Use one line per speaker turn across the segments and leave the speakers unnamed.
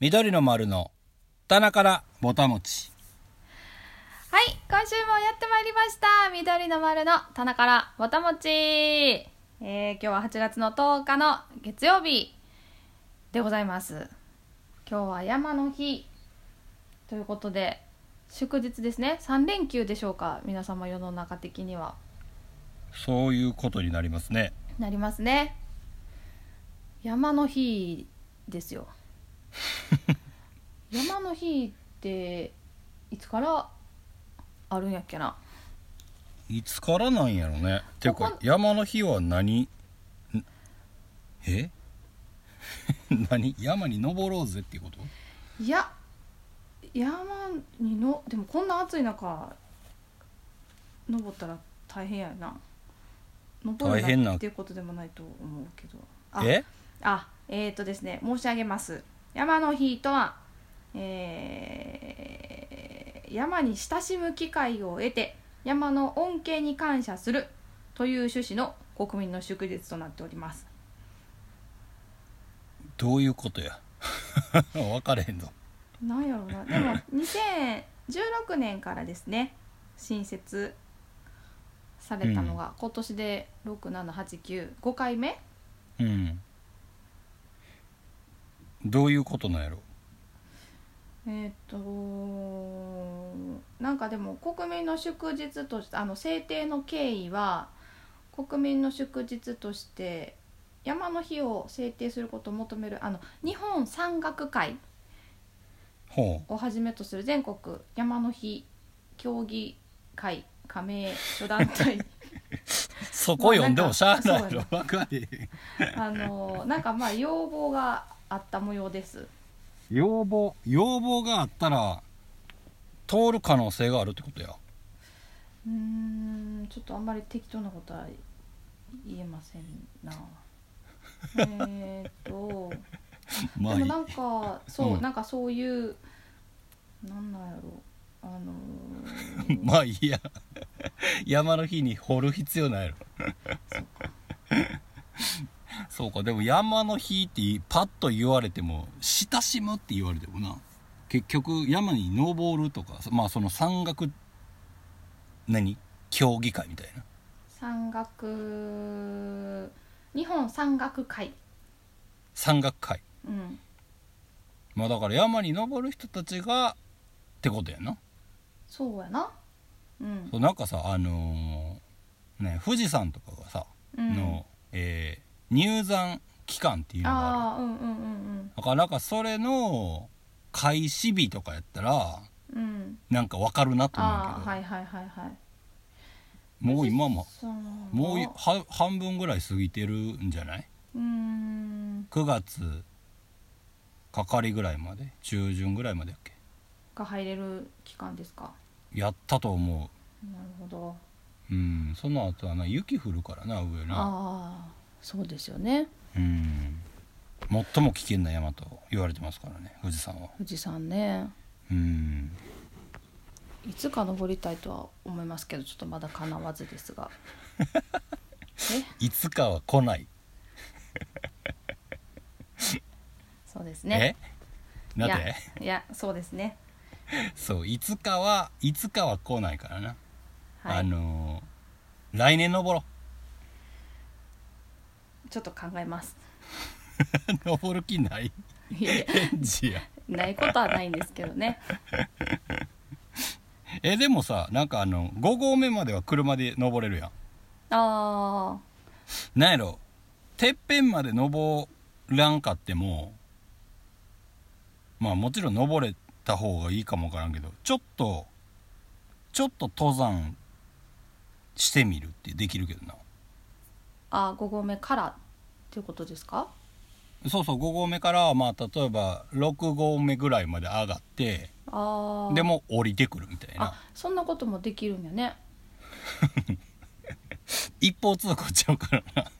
緑の丸の棚からぼたもち
はい、今週もやってまいりました。緑の丸の棚からぼたもち。えー、今日は8月の10日の月曜日でございます。今日は山の日ということで、祝日ですね。3連休でしょうか。皆様世の中的には
そういうことになりますね
なりますね。山の日ですよ。山の日っていつからあるんやっけな。
いつからなんやろねて
こ
か
こ
山の日は何んえ 何山に登ろうぜっていうこと
いや山にのでもこんな暑い中登ったら大変やな登
大変
る
な
なっていうことでもないと思うけどあ
え
あえっ、ー、とですね申し上げます山の日とは、えー山に親しむ機会を得て山の恩恵に感謝するという趣旨の国民の祝日となっております
どういうことや 分かれへんぞ
なんやろうなでも2016年からですね新設されたのが、今年で67895回目
うんどういうことなんやろ
えっ、となんかでも国民の祝日としてあの制定の経緯は国民の祝日として山の日を制定することを求めるあの日本山岳会
ほ
をはじめとする全国山の日協議会加盟諸団体
うそこ読んでもしゃあないや
ま
ろ分かれへん
あのなんかまあ要望があった模様です。
要望要望があったら通る可能性があるってことや
うーん、ちょっとあんまり適当なことは言えませんな。えーっと、
まあ
で
い
も
い
なんかそう、
うん
なんかそういうなんなんやろあの ー
まあいいや山の日に掘る必要ないやろ そうかでも山の日ってパッと言われても親しむって言われてもな結局山に登るとかまあその山岳何競技会みたいな
山岳日本山岳会、
山岳会
うん、
まあだから山に登る人たちがってことやな
そうやな。うん
そ、うなんかさあのーね富士山とかがさ、
うん、
の、えー入山期間っていうのがある
ああ、うんうんうん
だからなんかそれの開始日とかやったら
うん、うん、
なんかわかるなと思う
あ
け
あ、
ど、
はいはいはいはい。
もう今も
そうなんだ
もうは半分ぐらい過ぎてるんじゃないう
ーん
?9 月かかりぐらいまで中旬ぐらいまでやっけ
が入れる期間ですか
やったと思
なるほど
ううんその後はな雪降るからな上な
ああそうですよね
うん最も危険な山と言われてますからね富士山は
富士山ね
うん
いつか登りたいとは思いますけどちょっとまだ叶わずで すがえ
いつかは来ない
そうですね
えなんで
いやいやそうですね
そういつかはいつかは来ないからな
は
あ
い
のー来年登ろ
ちょっと考えます
う 登る気 ない
いやいや
返事や
ないことはないんですけどね
えでもさなんかあの5合目までは車で登れるや
ああ
んなんやろてっぺんまで登らんかってもまあもちろん登れた方がいいかもわからんけどちょっとちょっと登山してみるってできるけどな
あ5合目からっていうことですか
そうそう5合目からまあ例えば6合目ぐらいまで上がって
ああ
でも降りてくるみたいな
あそんなこともできるんやね
一方通行ちゃうからな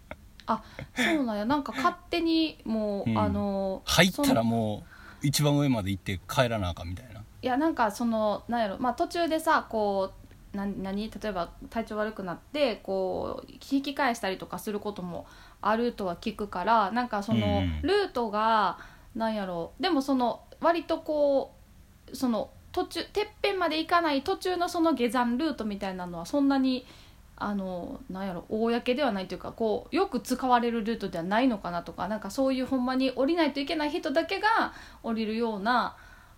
あそうなんやなんか勝手にもう、
うん
あの
入ったら
その
もう一番上まで行って帰らなあかんみたいない
やなんかそのなんやろまあ途中でさこうな何例えば体調悪くなってこう引き返したりとかすることもあるとは聞くからなんかその、
うん
ルートがなんやろうでもその割とこうその途中てっぺんまで行かない途中のその下山ルートみたいなのはそんなにあのなんやろ公ではないというかこうよく使われるルートではないのかなとかなんかそういうほんまに降りないといけない人だけが降りるような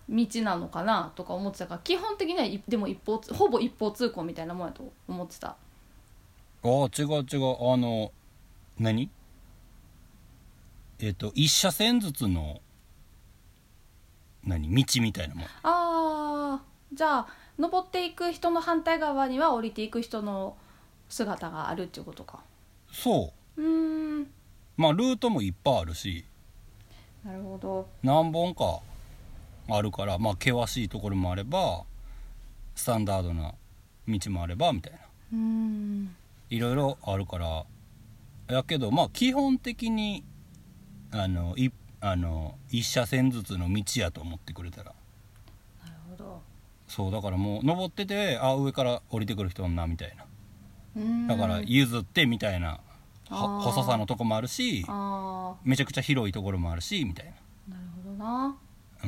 道なのかなとか思ってたから基本的にはいでも一方通ほぼ一方通行みたいなもんやと思ってた
ああ違う違うあの何えっ、と一車線ずつの何道みたいなもん
あーじゃあ登っていく人の反対側には降りていく人の姿があるっていうことか
そう
ーん
うまあルートもいっぱいあるし
なるほど
何本かあるからまあ険しいところもあればスタンダードな道もあればみたいな
うーん
いろいろあるからやけどまあ基本的にあのいあの一車線ずつの道やと思ってくれたら
なるほど
そうだからもう登っててあ上から降りてくる人おんなみたいな
うーん
だから譲ってみたいな、は
あー
細さのとこもあるし
あ
めちゃくちゃ広いところもあるしみたいな
ーなるほ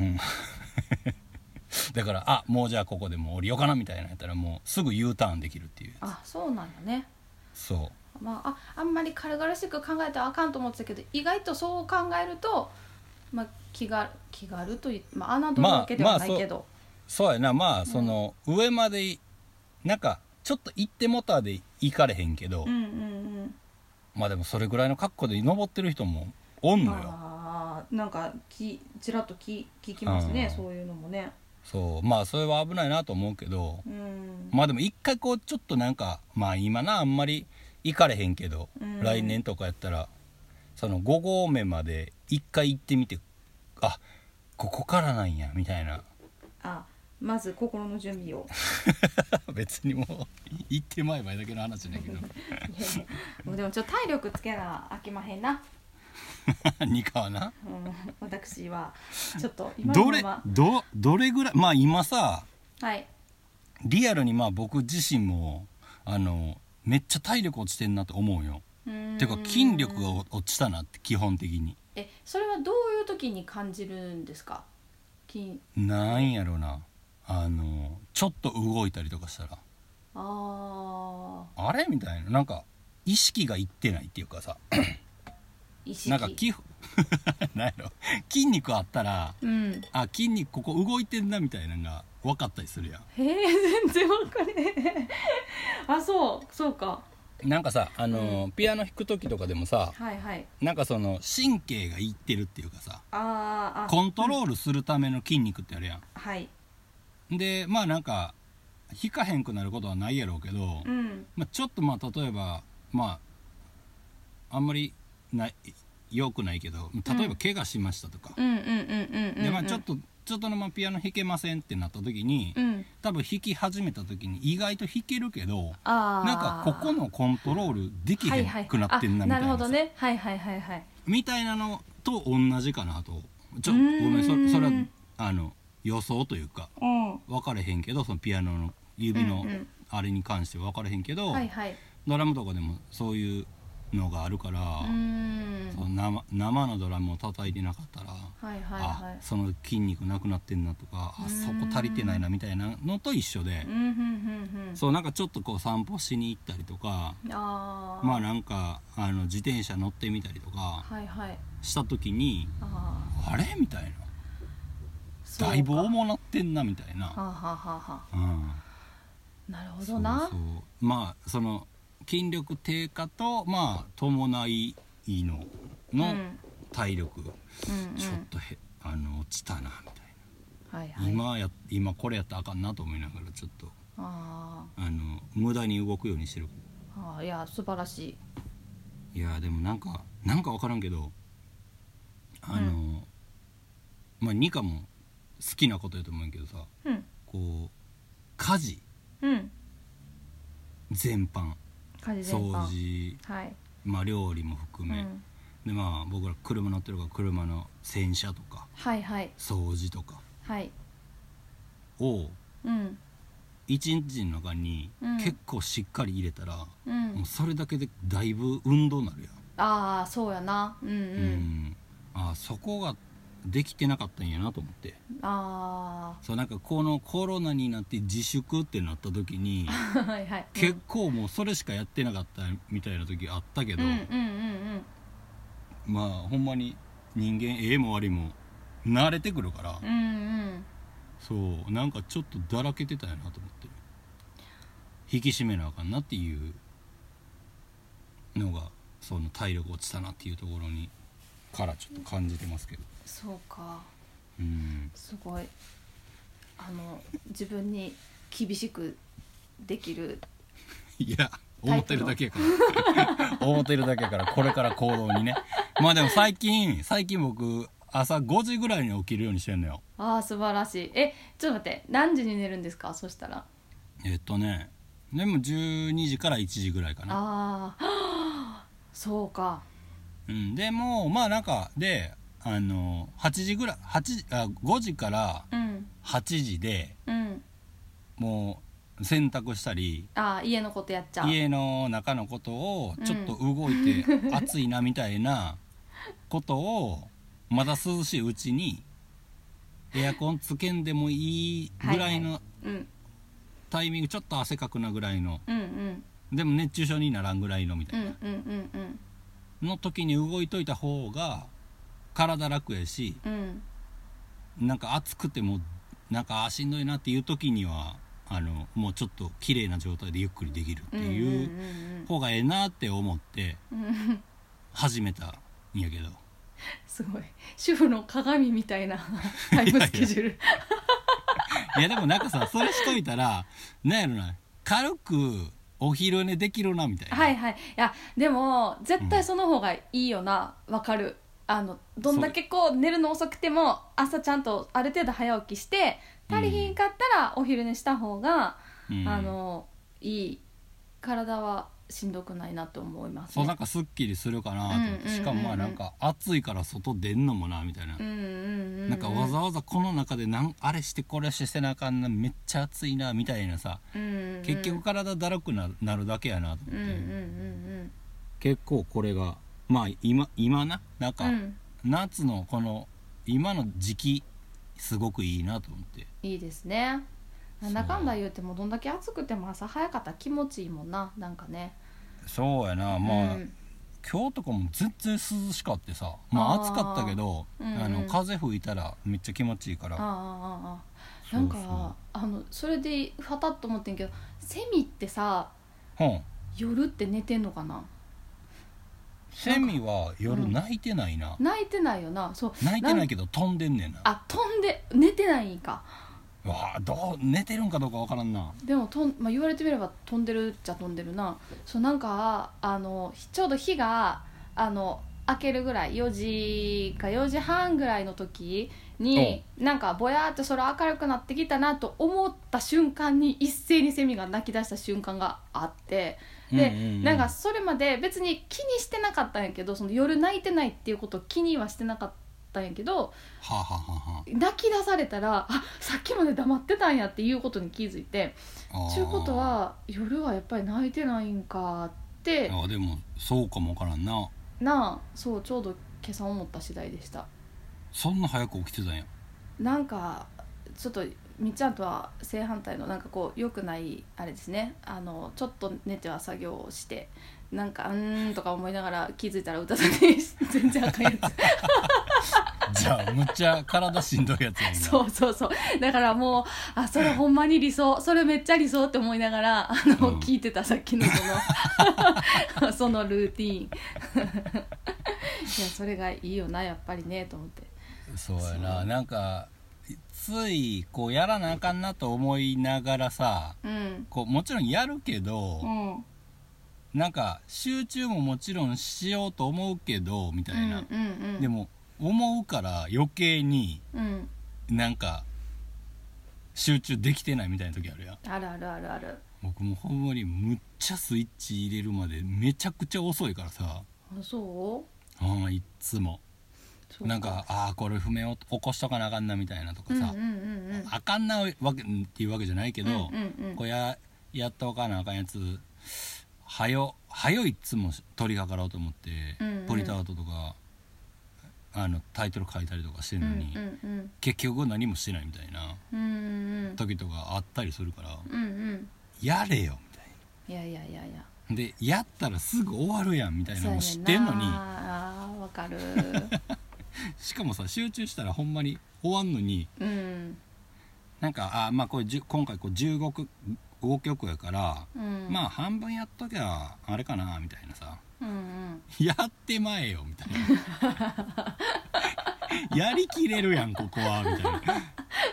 う
どな
ん だからあもうじゃあここでもう降りようかなみたいなやったらもうすぐ U ターンできるっていう
あそうなんだね
そう
まあ、ああんまり軽々しく考えたらあかんと思ってたけど意外とそう考えると、まあ、気軽気軽という、まあ、侮るわけではないけど、
そうやなまあその、上までいなんかちょっと行ってもたで行かれへんけど、
うんうんうん
まあでもそれぐらいの格好で登ってる人もおんのよ
あーなんかきちらっとき聞きます
う
ね
ん
そういうのもね
そうまあそれは危ないなと思うけど
うん、
まあでも一回こうちょっとなんかまあ今なあんまり行かれへんけど、
うん
来年とかやったらその5合目まで一回行ってみてあここからなんやみた いな
あまず心の準 備を
別にもう行ってまいばいだけの話だけど
もうでもちょっと体力つけなあきまへんな、
ニカはな
うん、私はちょっと今の
ど
ま
れ
ま
どどれぐらいまあ今さ
はい
リアルにまあ僕自身もあのめっちゃ体力落ちてんなと思うよ。
うーん
ていうか筋力が落ちたなって基本的に。
えそれはどういう時に感じるんですか筋
なんやろなあのちょっと動いたりとかしたら
あ
あれみたいななんか意識がいってないっていうかさ
ー意識
なんかき なんやろ筋肉あったら
うん
あ筋肉ここ動いてんなみたいなのが分かったりするやん。
へえ全然わかんねえ あそうそうか
なんかさあの、ピアノ弾く時とかでもさ、
はいはい
なんかその神経がいってるっていうかさ
あーあ
コントロールするための筋肉ってあるや
はい
ん。でまあなんか弾かへんくなることはないやろうけど、
うん
まあ、ちょっとまあ例えばまああんまりない良くないけど例えば怪我しましたとか、
うんうんうんうんうんうん
でまあちょっとちょっとのままピアノ弾けませんってなった時に、
うん
多分弾き始めた時に意外と弾けるけど
ああ
なんかここのコントロールできへんくなってんなみたいな
はいはい、あなる
さ
ほどねはいはいはいはい
みたいなのと同じかなとちょ
う
ご
ーん
めんそれそれはあの予想というか
うん
分かれへんけどそのピアノの指の
うんうん
あれに関しては分かれへんけど、
はいはい
ドラムとかでもそういうのがあるから、
うーん
その生生のドラムを叩いてなかったら、
はいはいは
あその筋肉なくなってんなとかあそこ足りてないなみたいなのと一緒で
いうん、うんうんうん
そうなんかちょっとこう散歩しに行ったりとか
ああ
まあなんかあの自転車乗ってみたりとか
はいはい
した時に
ああ
あれみたいな。
そうか
だいぶ重なってんなみたい
はあ、
な、
はあはあはあ、
うん、
なるほどな
そうそうまあその筋力低下とまあ伴いの
う
の
ん
体力、
うんうん
ちょっとへあの落ちたなみたい
はい
な、
はい
今や今これやったらあかんなと思いながらちょっと
あ
あの無駄に動くようにしてる
ーあーいや素晴らしい
いやでもなんかなんか分からんけどあの、
う
まあニカも好きなことやと思うんやけどさ
うん
こう家事
うん
全般
家事全
掃
般
除
はい、
まあ料理も含め、
うん、
でまあ僕ら車乗ってるから車の洗車とか
はいはい
掃除とか
はい
を
うん
一日の中に
うん
結構しっかり入れたら、
う
も
ん
うそれだけでだいぶ運動になるやん、
ああそうやなうんうん、
うんあそこができてなかったんやなと思って
あ
そうなんかこのコロナになって自粛ってなった時 に
あはいはい
結構もうそれしかやってなかったみたいな時あったけ
うん
ど、
うんうんうん
まあほんまに人間ええも悪いも慣れてくるから、
うんうん
そうなんかちょっとだらけてたよなと思って引き締めなあかんなっていうのがその体力落ちたなっていうところにからちょっと感じてますけど
そうか
うん
すごいあの自分に厳しくできる
いや思ってるだけやから 思ってるだけやからこれから行動にねまあでも最近最近僕朝5時ぐらいに起きるようにしてんのよ
ああ素晴らしいえちょっと待って何時に寝るんですかそしたら
えっとねでも12時から1時ぐらいかな
ああ そうか
うん、でもまあなんかであの8時ぐらい8時あ5時から
うん
8時で
うん
もう洗濯したり
ああ家のことやっちゃう
家の中のことを
うん
ちょっと動いて暑いなみたいなことをまだ涼しいうちにエアコンつけんでもいいぐらいの
うん
タイミングちょっと汗かくなぐらいの
うんうん
でも熱中症にならんぐらいのみた
う
い
ん
な
うんうんうん
の時に動いといた方が体楽やし
うん
なんか暑くてもなんかあーしんどいなっていう時にはあのもうちょっと綺麗な状態でゆっくりできるって
うん
いううん方がええなって思って
うんうん
始めたんやけど
すごい主婦の鏡みたいな タイムスケジュール
いやでもなんかさそれしといたらなんやろな軽くお昼寝できるなみたいな、
はいはいいやでも絶対その方がいいよなわかるあのどんだけこう寝るの遅くても朝ちゃんとある程度早起きして
うん
足りひんかったらお昼寝した方が、
うん
あのいい体はしんどくないなと思います、
そう
ね、
なんかすっきりするかなと思っ
うんうんうんう
て
ん
しかもまあなんか暑いから外出んのもなみたいな
うんうんうんうん
なんかわざわざこの中でなんあれしてこれしてせなあかんなめっちゃ暑いなみたいなさ
うんうんうん
結局体だるくななるだけやなと思って、
うんうんうん
結構これがまあ今今ななん
う
か
んうん
夏のこの今の時期すごくいいなと思って
いいですねなんだかんだ言うてもどんだけ暑くても朝早かったら気持ちいいもんななんかね
そうやなまあ、
うん
今日とかも全然涼しかってさまあ
あー
暑かったけどあ、
うんうん
の風吹いたらめっちゃ気持ちいいか
あ
ら
あああああ
そうそ
なん
う
かあのそれではたっと思ってんけどセミってさ
ほん
夜って寝てんのかな
セミは
う
夜
ん
泣いてないな、
泣いてないよなそう
泣いてないけど飛んでんねんな
あ飛んで寝てないんか
わあどう寝てるんかどうかわからんな
でもとん、まあ、言われてみれば飛んでるっちゃ飛んでるなそうなんかあのひちょうど日があの明けるぐらい4時か4時半ぐらいの時になんかぼやーって空明るくなってきたなと思った瞬間に一斉にセミが泣き出した瞬間があってで、
うんうんうん
なんかそれまで別に気にしてなかったんやけどその夜泣いてないっていうことを気にはしてなかったんやけど
はあ、はあは
泣き出されたらあさっきまで黙ってたんやっていうことに気づいて。
あはあ、
ちゅうことは夜はやっぱり泣いてないんかって
あーでもそうかもわからんな
なあそうちょうど今朝思った次第でした
そんな早く起きてた んや
なんかちょっとみっちゃんとは正反対のなんかこう良くないあれですねあのちょっと寝ては作業をしてなんかうーんとか思いながら気づいたら歌だけ 全然あかんや
じゃあむっちゃ体しんどいやつやん今
つ そうそうそうだからもうあそれほんまに理想それめっちゃ理想って思いながらあの、
うん
聞いてたさっきのその そのルーティーンいやそれがいいよなやっぱりねと思って
そうやななんかついこうやらなあかんなと思いながらさ
うん
こうもちろんやるけど、
うんうん
なんか集中ももちろんしようと思うけどみたいな、
うんうん
でも思うから余計に
うん
なんか集中できてないみたいな時あるやん
あるあるあるある
僕もほんまにむっちゃスイッチ入れるまでめちゃくちゃ遅いからさ
あそう
あーいっつも
そう
なんかああこれ不明を起こしとかなあかんなみたいなとかさ、
うんうんうんうん
あかんなわけっていうわけじゃないけど、
うんうんうん
こうややっとかなあかんやつはよはよいっつも取り掛かろうと思って、
うんうん
ポリタートとかあのタイトル書いたりとかして
うんんう
のに、
んうん
結局何もしてないみたいな
うんうん
時とかあったりするから
うんうん
やれよみたい
いやいやいやいや
なでやったらすぐ終わるやんみたいなのも知
そ
っ
うや
て
ね
ん
んな
のに
あーわかる
しかもさ集中したらほんまに終わんのに
うん
なんかあーまあこれじゅ今回こう15曲5曲やから、
うん
まあ半分やっときゃあれかなみたいなさ
うんうん
やってまえよみたいな やりきれるやんここはみたい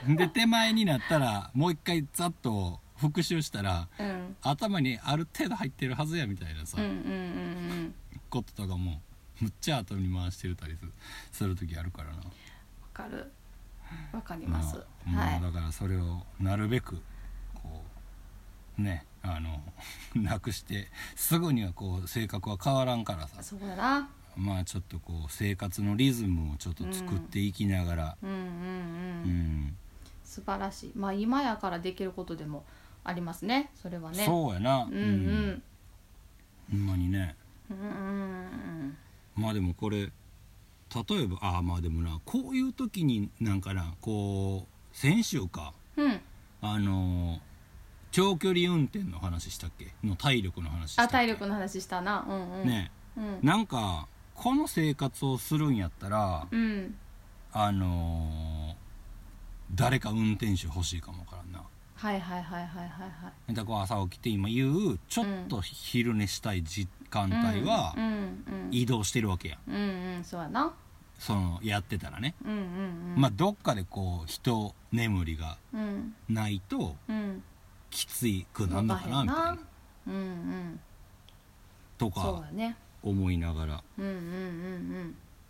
なで手前になったらもう一回ざっと復習したら
うん
頭にある程度入ってるはずやみたいなさ、
うんうんうん
こととかもむっちゃ後に回してるたりするする時あるからな
わかるわかります、
まあ
はい、
もうだからそれをなるべくこうねあの なくしてすぐにはこう性格は変わらんからさ
そうだな
まあちょっとこう生活のリズムをちょっと作っていきながら、
うんうん
うん
うん、素晴らしいまあ今やからできることでもありますねそれはね
そうやな、
うんうん
ほんまにね
うんうん
まあでもこれ例えばああまあでもなこういう時になんかなこう先週か
うんうん
あのー長距離運転の話したっけの体力の話したっ
あ
け
体力の話したなうんうん
ね
うん
なんかこの生活をするんやったら
うん
あのー誰か運転手欲しいかもわからんな
はいはいはいはいはいは
だ
い
からこう朝起きて今言うちょっと昼寝したい時間帯は
うんうん
移動してるわけやん
うんうんうんそうやな
そのやってたらね
うんうんうん
まあどっかでこう人眠りが
うん
ないと
うん
きついくなんのかなみたいな
うんうん
と
そう
か
やね
思いながら
うんうんうんう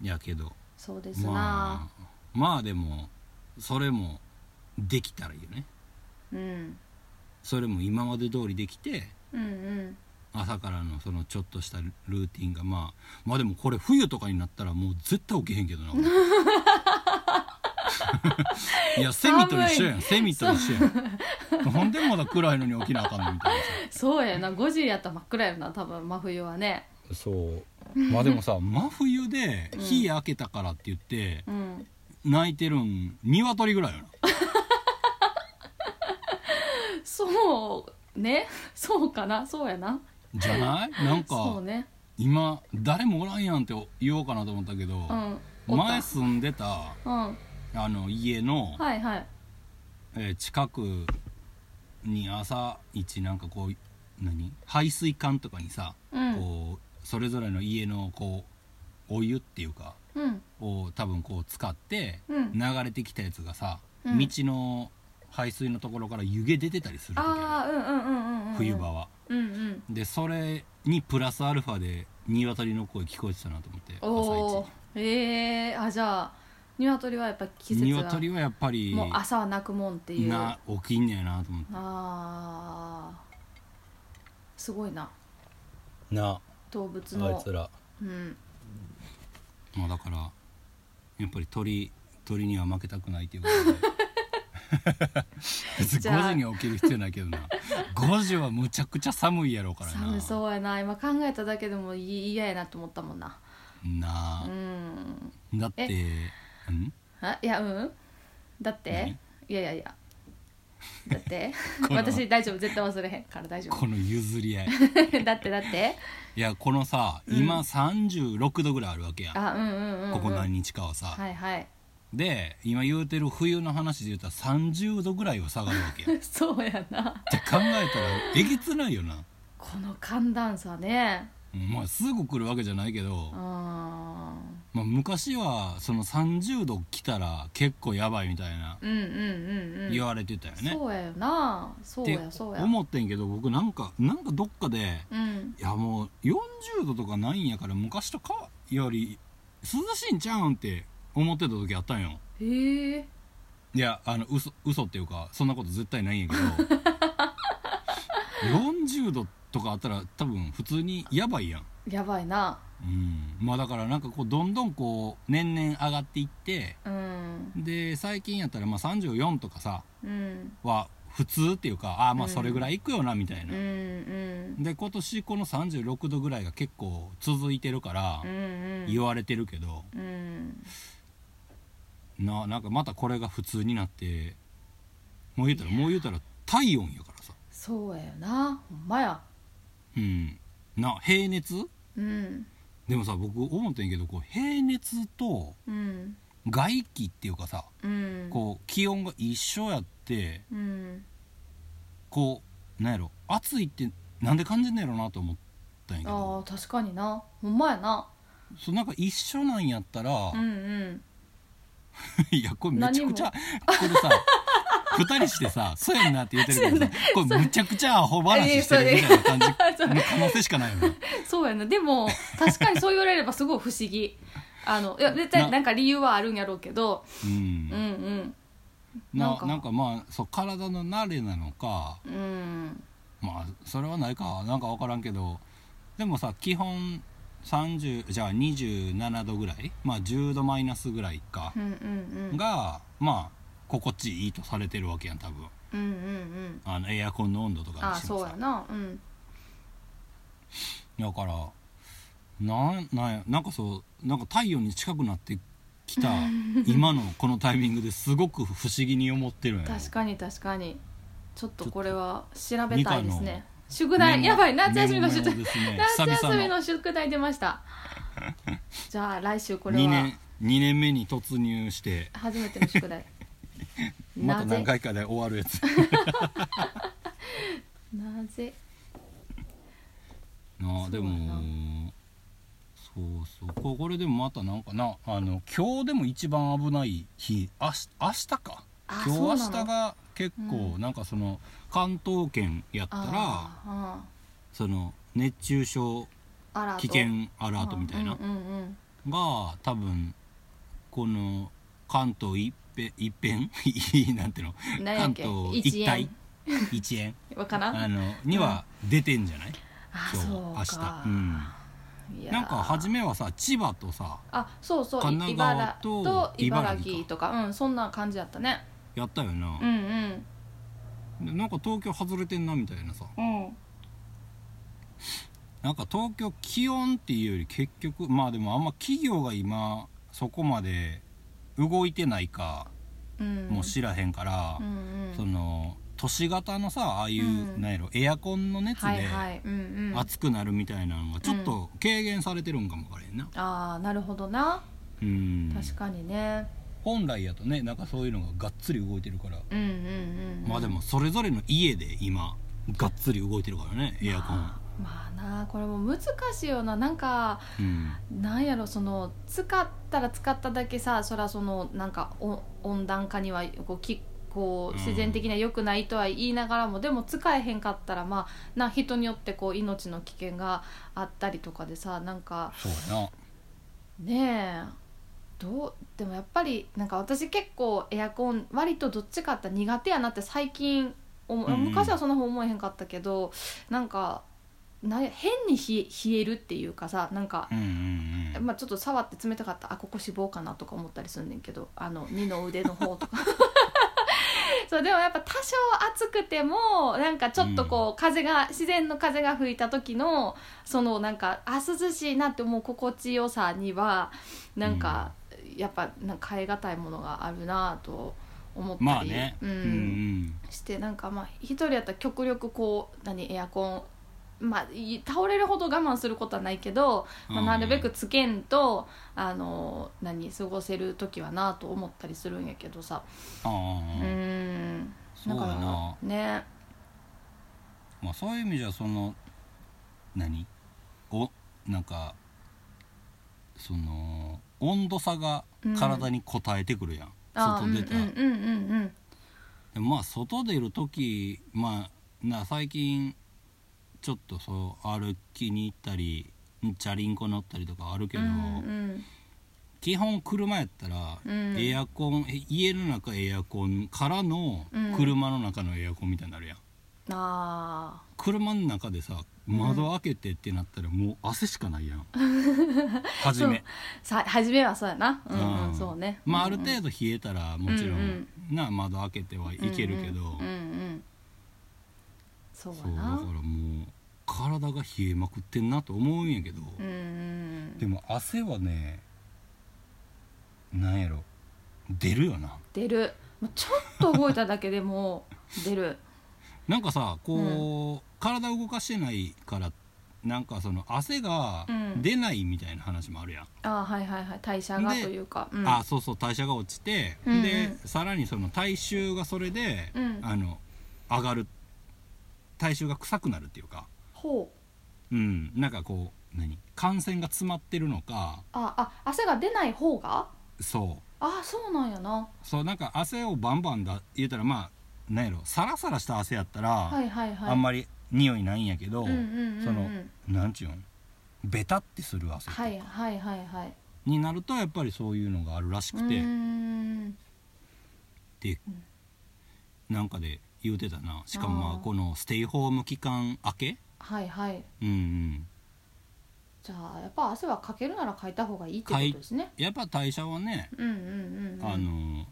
ん
やけど
そうですな、
まあまあでもそれもできたらいいよね
うん
それも今まで通りできて
うんうん
朝からのそのちょっとしたルーティンがまあまあでもこれ冬とかになったらもう絶対起きへんけど な俺いやセミと一緒やんセミと一緒やんほんでまだ暗いのに起きなあかんのみたいなさ
そうやな5時やったら真っ暗やろな多分真冬はね
そうまあでもさ真冬で火明けたからって言って
うん
泣いてるん鶏ぐらいよな
そうねそうかなそうやな
じゃないなん
そ
か
うね
今誰もおらんやんって言おうかなと思ったけど、
うんおった
前住んでた
うん
あの家の、
はいはい
えー近くに朝一なんかこう何排水管とかにさ、
うん
こうそれぞれの家のこうお湯っていうか
うん
を多分こう使って
うん
流れてきたやつがさ、
うん
道の排水のところから湯気出てたりする時あ
ああうんうんうんうんうん
る冬場は。
うんうん
でそれにプラスアルファで鶏の声聞こえてたなと思って
お
朝
おええー、あじゃあ鶏はやっぱ季
一
節が
鶏はやっぱり
もう朝は泣くもんっていう
な起きんねやなと思って
あーすごいな
な
動物
あい
の
つら
うん
まあだからやっぱり鳥鳥には負けたくないっていう ことで別に
じゃあ
5時に起きる必要ないけどな5時はむちゃくちゃ寒いやろうからな
寒そうやな今考えただけでもい嫌やなと思ったもんな
なあ、
うん
だってん
あいやうんだって
何
いやいや いやだって
この
私大丈夫絶対忘れへんから大丈
この譲り合い
夫 だってだって
いやこのさ
うん
今36度ぐらいあるわけや、
あうんうんうん、うん、
ここ何日かはさ、
はいはい
で今言うてる冬の話で言ったら30度ぐらいは下がるわけやっ
そうやな
て考えたらえげつないよな
この寒暖差ね
うんまあすぐ来るわけじゃないけど
う、ん
まあ、昔はその30度来たら結構やばいみたいな
うんうんうんうん
言われてたよね。
そうやよなそう
って
やそうや
思ってんけど僕なんかなんかどっかで
うん
いやもう40度とかないんやから昔とかより涼しいんちゃうんって思ってた時あったんよ。
へえ
いやあの嘘嘘っていうかそんなこと絶対ないんやけ ど40度とかあったら多分普通にやばいやん。
やばいな
うん、まあだからなんかこうどんどんこう年々上がっていって
うん
で最近やったらまあ34とかさ
うん
は普通っていうかああまあそれぐらいいくよなみたい
うん
な、
うん
で今年この36度ぐらいが結構続いてるから
うんうん
言われてるけど、
うん
ななんかまたこれが普通になってもう言うたらもう言うたら体温やからさ
そうやよなほんまや
うんな平熱
うん
でもさ僕思ってんけどこう平熱と
うん
外気っていうかさ
うん
こう気温が一緒やって
うん
こうなんやろ暑いってなんで感じんねやろなと思ったんやけ
あ
ど
あ確かになほんまやな
そうなんか一緒なんやったら、
うんうん
いやこれめちゃくちゃこれさ二人して さ「そうやんな」って言ってるけどさこれむちゃくちゃアホ話してるみたいな感じの可能性しかないよね。
そうやなでも確かにそう言われればすごい不思議あのいや絶対
な
なんか理由はあるんやろうけど
うん
うんうんな
なん
か
なんかまあそう体の慣れなのか
うん
まあそれはないかなんか分からんけどでもさ基本30じゃあ27度ぐらいまあ10度マイナスぐらいか
うんうんうん
がまあ心地いいとされてるわけやん多分
うんうんうん
あのエアコンの温度とか
あ
に
あ
しても
そう
さ
やなうん
だからなんなんやなんかそうなんか太陽に近くなってき た今のこのタイミングですごく不思議に思ってるんやろ
確かに確かにちょっとこれは調べ
ミ
た
カ
い
の
ですね宿題やばい夏休みの
メ
宿
モメモで
題
すね久
夏休
々
み
の
の宿題出ました じゃあ来週これ
2
は
年二年目に突入して
初めての宿 題
ま
な
た何
ぜ
回かで終わるやつ
なぜ
なあで
そうやな
もそうそうここれでもまたなんかなあの今日でも一番危ない日あし明日か
あ
今日
そう
明
な
日
の
が結構
う
なんかその関東圏やったら
あ
その熱中症
ーあーアラート
危険アラートみたいな
うんうんうん
が多分この関東一辺一辺 いいなんていうの
うん何やっ
関
け
東
一
一帯
円
一円
わかな
あのには出てんじゃない
あ
今日
そうか
明日うん
いやー
なんか初めはさ千葉とさ
あそうそう
神奈川
茨
と
と茨
茨
城
城
とかうんそんな感じだったね
やったよな
う、ん
でなんか東京外れてんなみたいなさ
うんうん
なんか東京気温っていうより結局まあでもあんま企業が今そこまで動いてないか
うん
も知らへんから、
うんうん
その都市型のさああいう、
うん
なんやろエアコンの熱
はい
で
はいうんうん
熱くなるみたいなのがちょっと軽減されてるんかもわからへんな、
ああなるほどな
うん、
確かにね
本来やとねなんかそういうのががっつり動いてるから、
うんうんうん
まあでもそれぞれの家で今がっつり動いてるからねエアコン、
まあまあなこれも難しいよななんか
うん、
なんやろその使ったら使っただけさそらそのなんかお温暖化にはこうきこう
うん
自然的には良くないとは言いながらも、でも使えへんかったらまあな人によってこう命の危険があったりとかでさなんか
そうやな
ねえどうでもやっぱりなんか私結構エアコン割とどっちかって苦手やなって最近思う
うんうん
昔はそんな方思えへんかったけどなんかなんや変に冷え冷えるっていうかさなんか
うんうんうん
まあ、ちょっと触って冷たかったあここ脂肪かなとか思ったりすんねんけどあの二の腕の方とか そうでもやっぱ多少暑くてもなんかちょっとこう、風が自然の風が吹いた時のそのなんかあ涼しいなって思う心地よさにはなんか、やっぱなんか変え難いものがあるなぁと思ったり、
まあね
うん
うん
してなんかまあ一人やったら極力こう何エアコンまあい倒れるほど我慢することはないけど、
うん
まあ、なるべくつけんと、あの何過ごせる時はなと思ったりするんやけどさ
あ
う
あ、
ーん
そうや
だ
な
からね
まあ、そういう意味じゃその何おなんかその温度差が体に応えてくるやん、
あー
外出た、
うんうんうんうん
でもまあ外出る時まあな最近ちょっとそう歩きに行ったりチャリンコ乗ったりとかあるけ
うんう
ど、
ん
基本車やったら、
うん
エアコンえ家の中エアコンからの
うん
車の中のエアコンみたいになるやん、
うんあ
車の中でさ窓開けてってなったらもう汗しかない やん初め
ーさ初めはそうやなうん、うん、
うん
そうね
まああ
うん
る
うん
程度冷えたらもちろ
うん
んな窓開けてはいけるけど、
うんうん、うんうんそうや
そうだから
な
もう体が冷えまくってんなと思うんやけど、
うんうんう
で
ん
も汗はねなんやろ出るよな
出るもうちょっと動いただけでも う出る
なんかさこう、体動かしてないからなんかその汗が
うん
出ないみたいな話もあるやん、
ああはいはいはい代謝がと
で
いうか、うん、
あそうそう代謝が落ちて、
うんうん
でさらにその体臭がそれで、
うん
あの上がる体臭が臭くなるっていうか
ほう
うんなんかこう何感染が詰まってるのか
ああ汗が出ない方が
そう
ああそうなんやな
そうなんか汗をバンバンだ言うたらまあなんやろサラサラした汗やったら、
はいはいはい
あんまり匂いないんやけど、
うんうんうんうん
そのなんちゅうんベタってする汗、
はいはいはいはい
になるとやっぱりそういうのがあるらしくて、
うーん
で
うん
なんかで言うてたなしかもま
あ
あ
ー
このステイホーム期間明け
はいはい
うんうん
じゃあやっぱ汗はかけるならかいた方がいいってことですね
やっぱ代謝はね、
うんうんうん、うん、
あの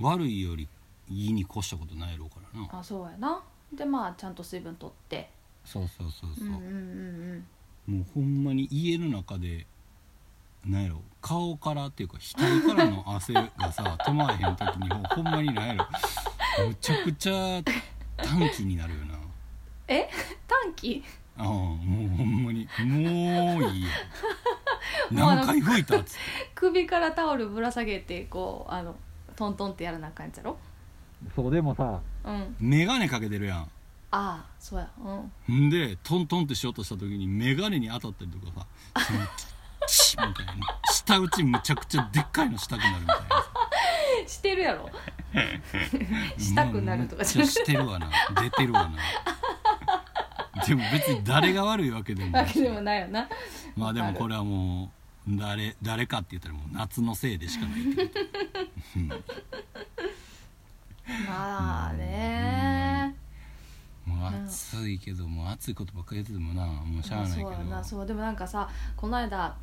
悪いよりいいに越したことないやろうからな
あそうやなでまあちゃんと水分取って
そうそうそうそうう、
んうんうん
もうほんまに家の中でなんやろ顔からっていうか額からの汗が さ止まらへん時にほほんまになんやろむちゃくちゃ短気になるよな
短期
ああもうほんまにもういいや
もうあの
何回吹いたっつって
首からタオルぶら下げてこうあのトントンってやらなあかんやつやろ
そうでもさ
うん
眼鏡かけてるや
ああそうやうん
んんでトントンってしようとした時に眼鏡に当たったりとかさそのチッみたいな下打ちむちゃくちゃでっかいのしたくなるみたいなさ
してるや ろしたくなるとかじゃ
もうめっちゃしてるわな出てるわなでも別に誰が悪いわけでも
わ
ない
けでもないよな
まあでもこれはもう誰誰かって言ったらもう夏のせいでしかないってこと
まあね
もう暑いけどもう暑いことばっかり言っててもなもうしゃ
ま
あ
あ
ないけ
そ
ど
うやなそうでもなんかさこの間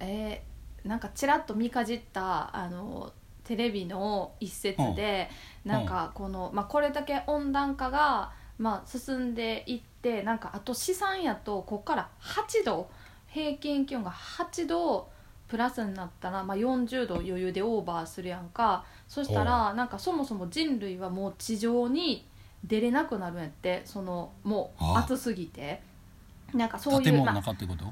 えーなんかちらっと見かじったあのテレビの一節で、
うん
なんかこの、まあ、これだけ温暖化が、まあ、進んでいってなんかあと試算やとこっから8度平均気温が8度プラスになったら、まあ、40度余裕でオーバーするやんかそしたらなんかそもそも人類はもう地上に出れなくなるんやってそのもう
あ
暑すぎて。なんかそうい
建
う、
物の
まあ、
中ってこと、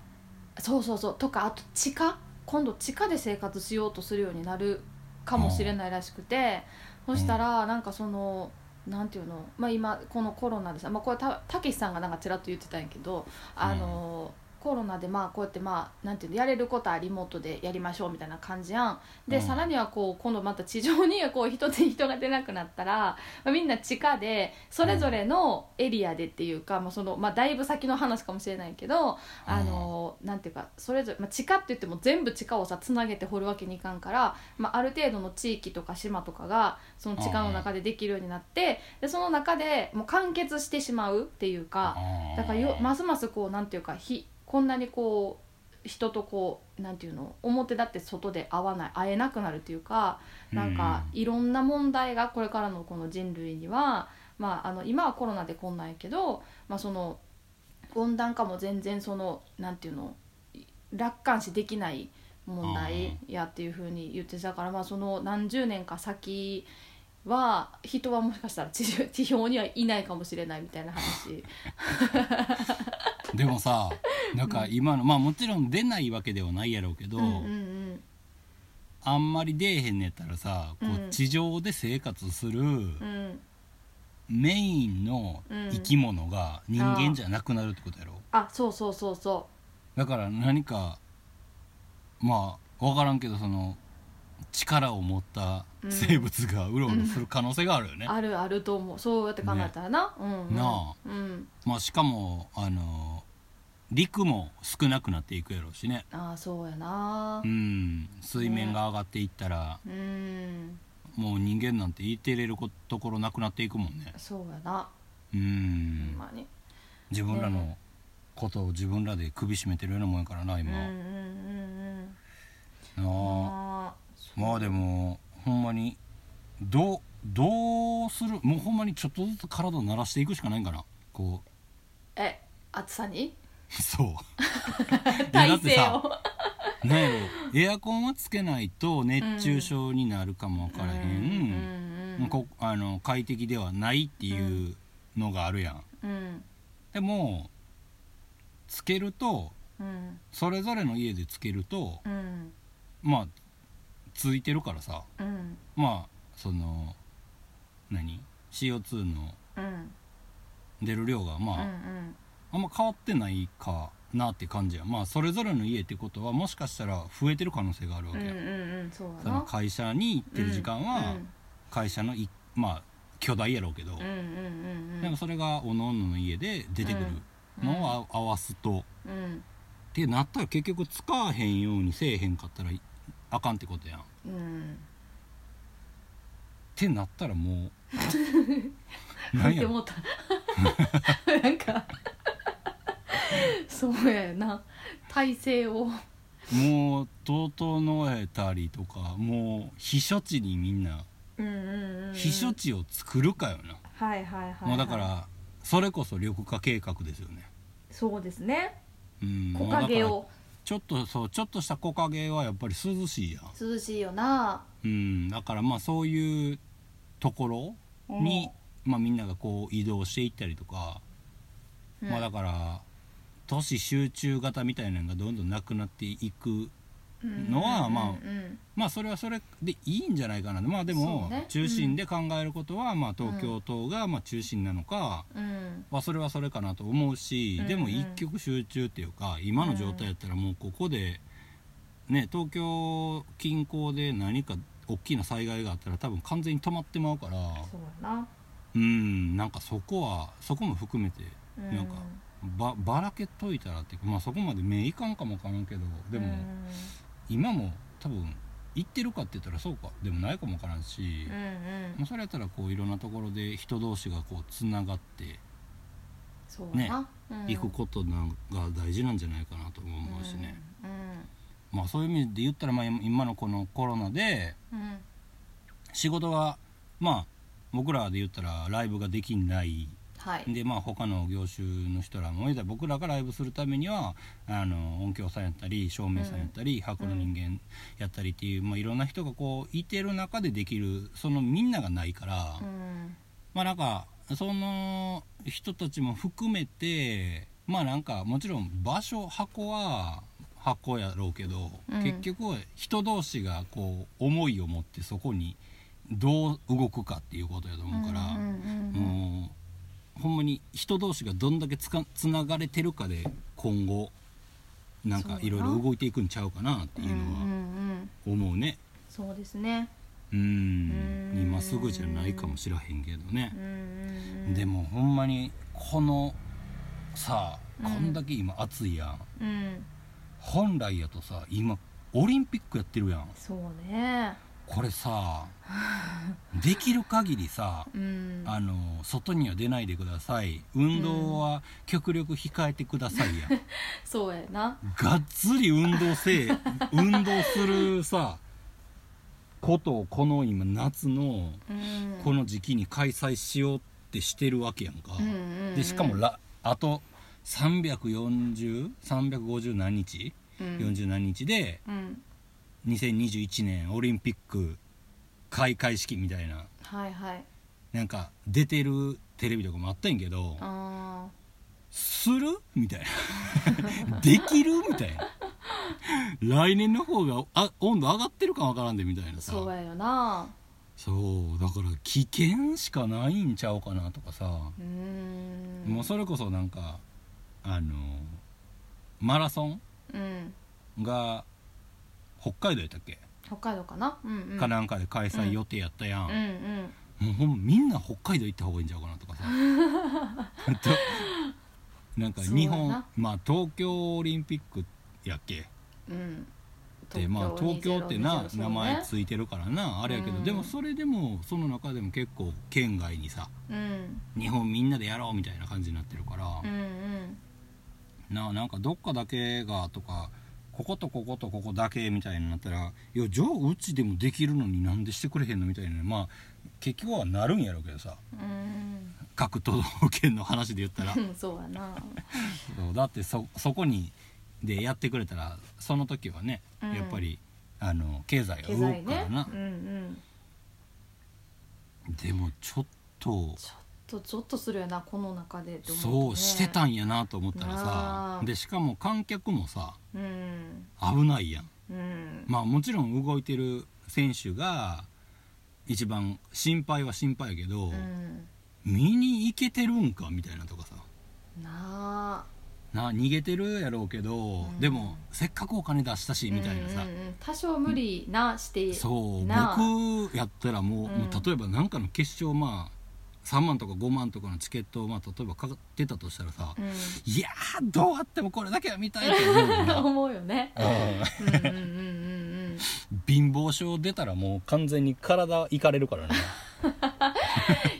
そうそうそうとかあと地下今度地下で生活しようとするようになるかもしれないらしくて、
ん
そしたらなんかそのなんていうの、まあ、今このコロナでさ、まあ、これたたけしさんがなんかちらっと言ってたんやけどあの、コロナでまあこうやってまあなんていうのやれることはリモートでやりましょうみたいな感じやんで、
うん
さらにはこう今度また地上にこう人で人が出なくなったら、まあ、みんな地下でそれぞれのエリアでっていうか、まあそのまあ、だいぶ先の話かもしれないけど、あのなんていうかそれぞれ、まあ、地下って言っても全部地下をさつなげて掘るわけにいかんから、まあ、ある程度の地域とか島とかがその地下の中でできるようになってでその中でもう完結してしまうっていうか。
あー
だからよますますこうなんていうかひこんなにこう人とこうなんていうの表だって外で会わない会えなくなるっていうかなんか
う
いろんな問題がこれからのこの人類には、まあ、あの今はコロナでこんなんやけど、まあ、その温暖化も全然そのなんていうのい楽観視できない問題やっていうふうに言ってたから、まあ、その何十年か先は人はもしかしたら地上 地表にはいないかもしれないみたいな話。
でもさなんか今の、まあもちろん出ないわけではないやろうけど、
うんうんうん
あんまり出えへんねやったらさこ
うん
う地上で生活する
うん、
メインの
うん
生き物が人間じゃなくなるってことやろ、
あそうそうそうそ
だから何かまあ分からんけどその力を持った
うん
生物がうろうろする可能性があるよ
う、
ね、
あるあると思うそうやって考えたらな、うん、うん、
なあ
うん
まあしかもあの陸も少なくなっていくやろうしね
ああそうやな
うん水面が上がっていったら、
うん、
もう人間なんて言いてれることころなくなっていくもんね
そうやな
うん、
ほんまに
自分ら
ね
のことを自分らで首絞めてるようなもんやからな
うんう
今、
んうん
な
うん
あ
ああそう
まあでもほんまにどうどうするもうほんまにちょっとずつ体を慣らしていくしかないんかなこ
え暑さに
う そういやだ
体
って
勢
さ
を
なんやろエアコンはつけないと熱中症になるかもわからへん、
うんうん
こあの快適ではないっていうのがあるやん、
うん
でもつけると
うん
それぞれの家でつけると
うん
まあついてるからさ
うん
まあその何 CO2 の
うん
出る量がまあ、
うん
あんま変わってないかなって感じやまあそれぞれの家ってことはもしかしたら増えてる可能性があるわ
うんう
け
ん
や、
うんそう
そ
だ
の
な
会社に行ってる時間は会社のい、まあ巨大やろうけど、
うんうんうんうん
でもそれがおのおのの家で出てくるのをあ合わすと、っ
うんうん
てなったら結局使わへんようにせえへんかったらいあかんってことやんっ
うん
てなったらも う
な
なんん
て
や
思
ろ
ったなんかそうやな体勢を
もう整えたりとかもう避暑地にみんな
うんうんうん
避暑地を作るかよな、
はいはいはい、はい、
もうだからそれこそ緑化計画ですよね。
そうですね
うん、
木陰
もうだから
を
ちょっとそうちょっとした木陰はやっぱり涼しいやん、
涼しいよな
うん、だからまあそういうところに、まあ、みんながこう移動していったりとか、
うん
まあだから都市集中型みたいなのがどんどんなくなっていくのはまあ
うんうん
まあそれはそれでいいんじゃないかなまあで
そ
も、
うね
中心で考えることは、まあ、東京都がまあ中心なのか、
うん
まあ、それはそれかなと思うし、
うんうん
でも一極集中っていうか今の状態やったらもうここで、ね、東京近郊で何か大きな災害があったら多分完全に止まってまうから
そうやな
うんなんかそこはそこも含めて
う
なんかばばらけといたらっていうか、まあ、そこまで目いかんかもわからんけどでも今も多分行ってるかって言ったらそうかでもないかもわからんし
うんう、んう
もうんそれやったらこういろんなところで人同士がこうつながって。
そうやな、うん
行くことなんが大事なんじゃないかなとも思うしね、
うん
まあそういう意味で言ったらまあ今今のこのコロナで
うん
仕事はまあ僕らで言ったらライブができない
はい
でまあ他の業種の人らも言うたら僕らがライブするためにはあの音響さんやったり照明さんやったり、箱の人間やったりっていう、まあ、いろんな人がこういてる中でできるそのみんながないから、
うん
まあなんかその人たちも含めてまあなんかもちろん場所箱は箱やろうけど、
うん
結局は人同士がこう思いを持ってそこにどう動くかっていうことやと思うから、
うんうんうん
もうほんまに人同士がどんだけつかつながれてるかで今後なん
そう
か
やない
ろいろ動いていくんちゃうかなっていうの
うん
は
うんうん
思うね。
そうですね
うん
うん
今すぐじゃないかもしらへんけどね。
うんうんうん
でもほんまにこのさ
うん
こんだけ今暑いやん、
うん
本来やとさ今オリンピックやってるやん
そうね
これさできる限りさ
うん
あの外には出ないでください運動は極力控えてくださいやん、
そうやな
がっつり運動せえ運動するさことをこの今夏の
うん
この時期に開催しようってしてるわけやんか、
うんうんうん
でしかもらあと340350何日、
うん
40何日で
うん
2021年オリンピック開会式みたいな
はいはい
なんか出てるテレビとかもあったんやけど
あ
するみたいな できるみたいな来年の方があ温度上がってるかわからんでみたいな
ー
さ
そうやよな
そうだから危険しかないんちゃうかなとかさ、
うーん
もうそれこそなんかあのマラソン
うん
が北海道やったっけ、
北海道かなうんうん
かなんかで開催予定やったやん、
うんうん
もうほんまみんな北海道行った方がいいんちゃうかなとかさ となんか
そうや
日
な
本まあ東京オリンピックやっけ
うん
でまあ東京ってな、
2020
名前ついてるからなあれやけど、
うん
でもそれでもその中でも結構県外にさ
そうねうん
日本みんなでやろうみたいな感じになってるから、
うんうん
ななんかどっかだけがとかこことこことここだけみたいになったら「いやじゃあうちでもできるのになんでしてくれへんの?」みたいなまあ結局はなるんやろうけどさ
うん
各都道府県の話で言ったら
そうやな
そうだってそそこにでやってくれたらその時はね、
うん
やっぱりあの経済が
経
動
済
くから
ね
な、
うんうん
でもちょっと
ちょっとゾッとするよなこの中でって思とね
そうしてたんやなと思ったら
な
さ
あ
でしかも観客もさ
うん
危ないやん
うん
まあもちろん動いてる選手が一番心配は心配やけど、
うん
見に行けてるんかみたいなとかさ
なあ
な逃げてるやろうけど、
うん
でもせっかくお金出したしみたいなさ、
うんうんうん多少無理なして
そう
なあ
僕やったらもう,、
うん
もう例えば何かの決勝まあ3万とか5万とかのチケットを、まあ、例えばかかってたとしたらさ、
うん
いやーどうあってもこれだけは見たいと思う よな
思うよね
うん
うんうんうんうんうん
貧乏症出たらもう完全に体いかれるからね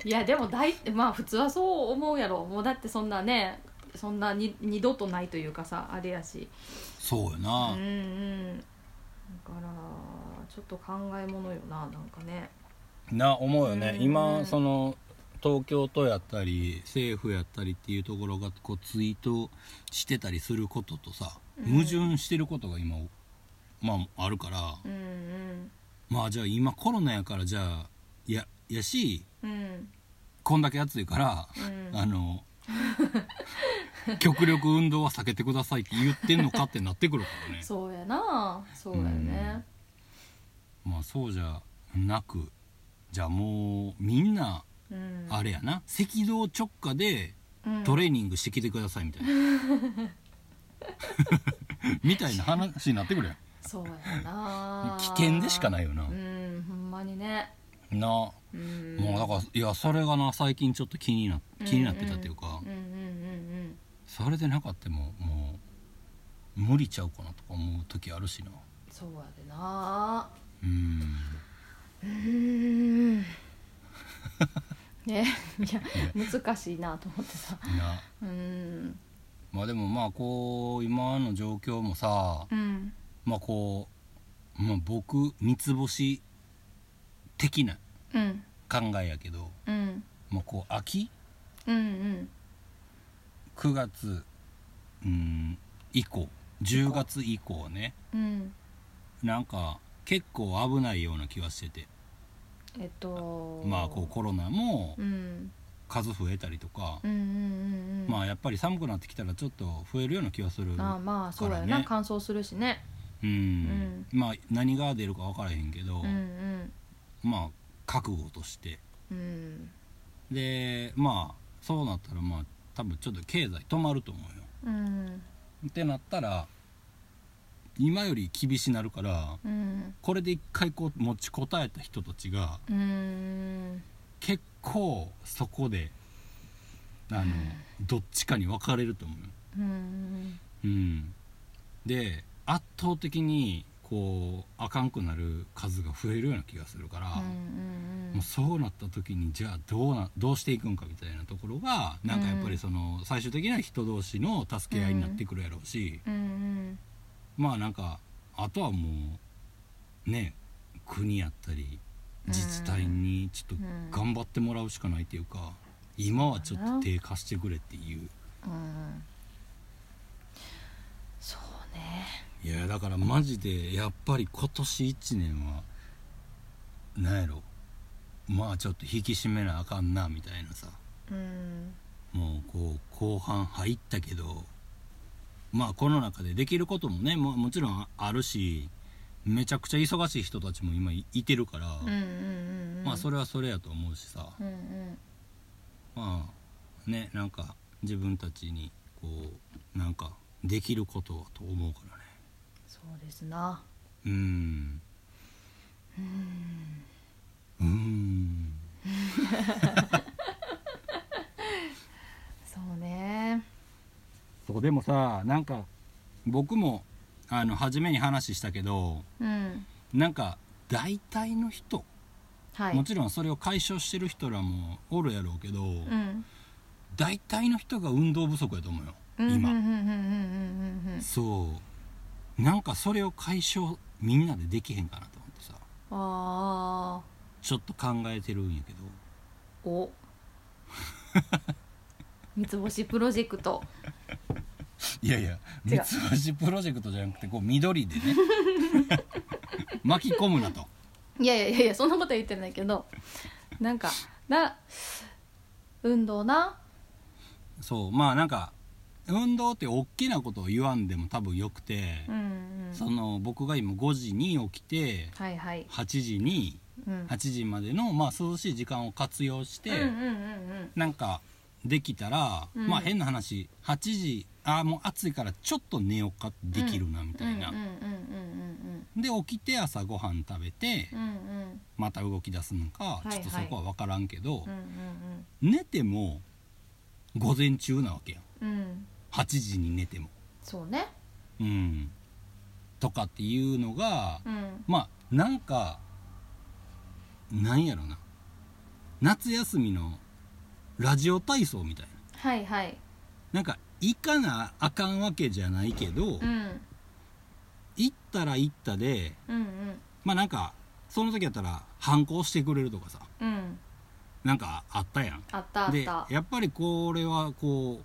いやでも大まあ普通はそう思うやろもうだってそんなねそんなに二度とないというかさあれやし
そうよ
うん
な、
うんだからちょっと考えものよななんかね
な思うよね、
うん
今その東京都やったり政府やったりっていうところがこうツイートしてたりすることとさ
うん
矛盾してることが今、まああるから、
うん
まあじゃあ今コロナやからじゃあややし
うんうん
こんだけ暑いから、
うん
あの極力運動は避けてくださいって言ってんのかってなってくるからね
そうやなそうやね
まあそうじゃなくじゃあもうみんな
うん
あれやな赤道直下で
うん
トレーニングしてきてくださいみたいな、 みたいな話になってくるやん
そうやな
危険でしかないよな
うんほんまにね
なも
うん
うだからいやそれがな最近ちょっと気にな気になってたっていうか、
うんうんうん
それでなかったらもうもう無理ちゃうかなとか思う時あるしな
うんそうやでな
うん
うんねいや難しいなと思ってさ
な
うん
まあでもまあこう今の状況もさ
うん
まあこう、まあ、僕三つ星的な
うん
考えやけど、
うん
まあ、こう秋
うんうん
9月うん以降10月以降ね
うん
なんか結構危ないような気はしてて
えっと
まあこうコロナも
うん
数増えたりとか
うんう、んうんうん
まあやっぱり寒くなってきたらちょっと増えるような気はする
ああまあそうや
から
な
ね
乾燥するしね
うん、まあ何が出るか分からへんけど、
うんうん
まあ覚悟として
うん
でまあそうなったらまあ多分ちょっと経済止まると思うよ
うん
ってなったら今より厳しなるから
うん
これで一回こう持ちこたえた人たちが
うん
結構そこであのどっちかに分かれると思うよ
うん
うん、で圧倒的にこうあかんくなる数が増えるような気がするから、
うんうん
もうそうなった時にじゃあどうなどうしていくんかみたいなところがなんかやっぱりその最終的には人同士の助け合いになってくるやろうし、
うん
まあなんかあとはもうね国やったり自治体にちょっ
うん
と頑張ってもらうしかないっていうか今はちょっ
そうだ
と
な
手貸してくれっていう
うんそうね
いやだからマジでやっぱり今年1年はなんやろまあちょっと引き締めなあかんなみたいなさ
うん
もうこう後半入ったけどまあこの中でできることもねももちろんあるしめちゃくちゃ忙しい人たちも今いいてるから、
うんうんうん
まあそれはそれやと思うしさ、
うんうん
まあねなんか自分たちにこうなんかできることはと思うからね
そうですな
うんうーん
そうね
そうでもさなんか僕もあの初めに話したけど
うん
なんか大体の人、
はい
もちろんそれを解消してる人らもおるやろうけど、
うん
大体の人が運動不足やと思うよ今、
うんうんうんうんうんうんうん
そうなんかそれを解消みんなでできへんかなと思ってさ
ああ
ちょっと考えてるんやけど
お 三つ星プロジェクト
いやいや
違う
三つ星プロジェクトじゃなくてこう緑 でね巻き込むなと
いやいやいやいやそんなことは言ってないけどなんかな運動な
そうまあなんか運動って大きなことを言わんでも多分よくて、
うんう
そ
ん
の僕が今5時に起きて
はいはい、
8時に
うん、
8時までのまあ涼しい時間を活用して、
うんうんうん
なんかできたら、
うん
まあ変な話8時ああもう暑いからちょっと寝ようかできるなみ
う
た
ん
いな、
うんうん
で起きて朝ごはん食べて、
うんうんうんうん
また動き出すのか
いはい
ちょっとそこは分からんけど、
うんうん
寝ても午前中なわけやん
うんうん
8時に寝ても。
そうね
うん、とかっていうのが、
うん
まあなんかなんやろな夏休みのラジオ体操みたいな
はいはい
なんか行かなあかんわけじゃないけど、
うん
行ったら行ったで
うん
まあなんかその時やったら反抗してくれるとかさ
うんうん
なんかあったやん。
あったあっ
で
た
やっぱりこれはこう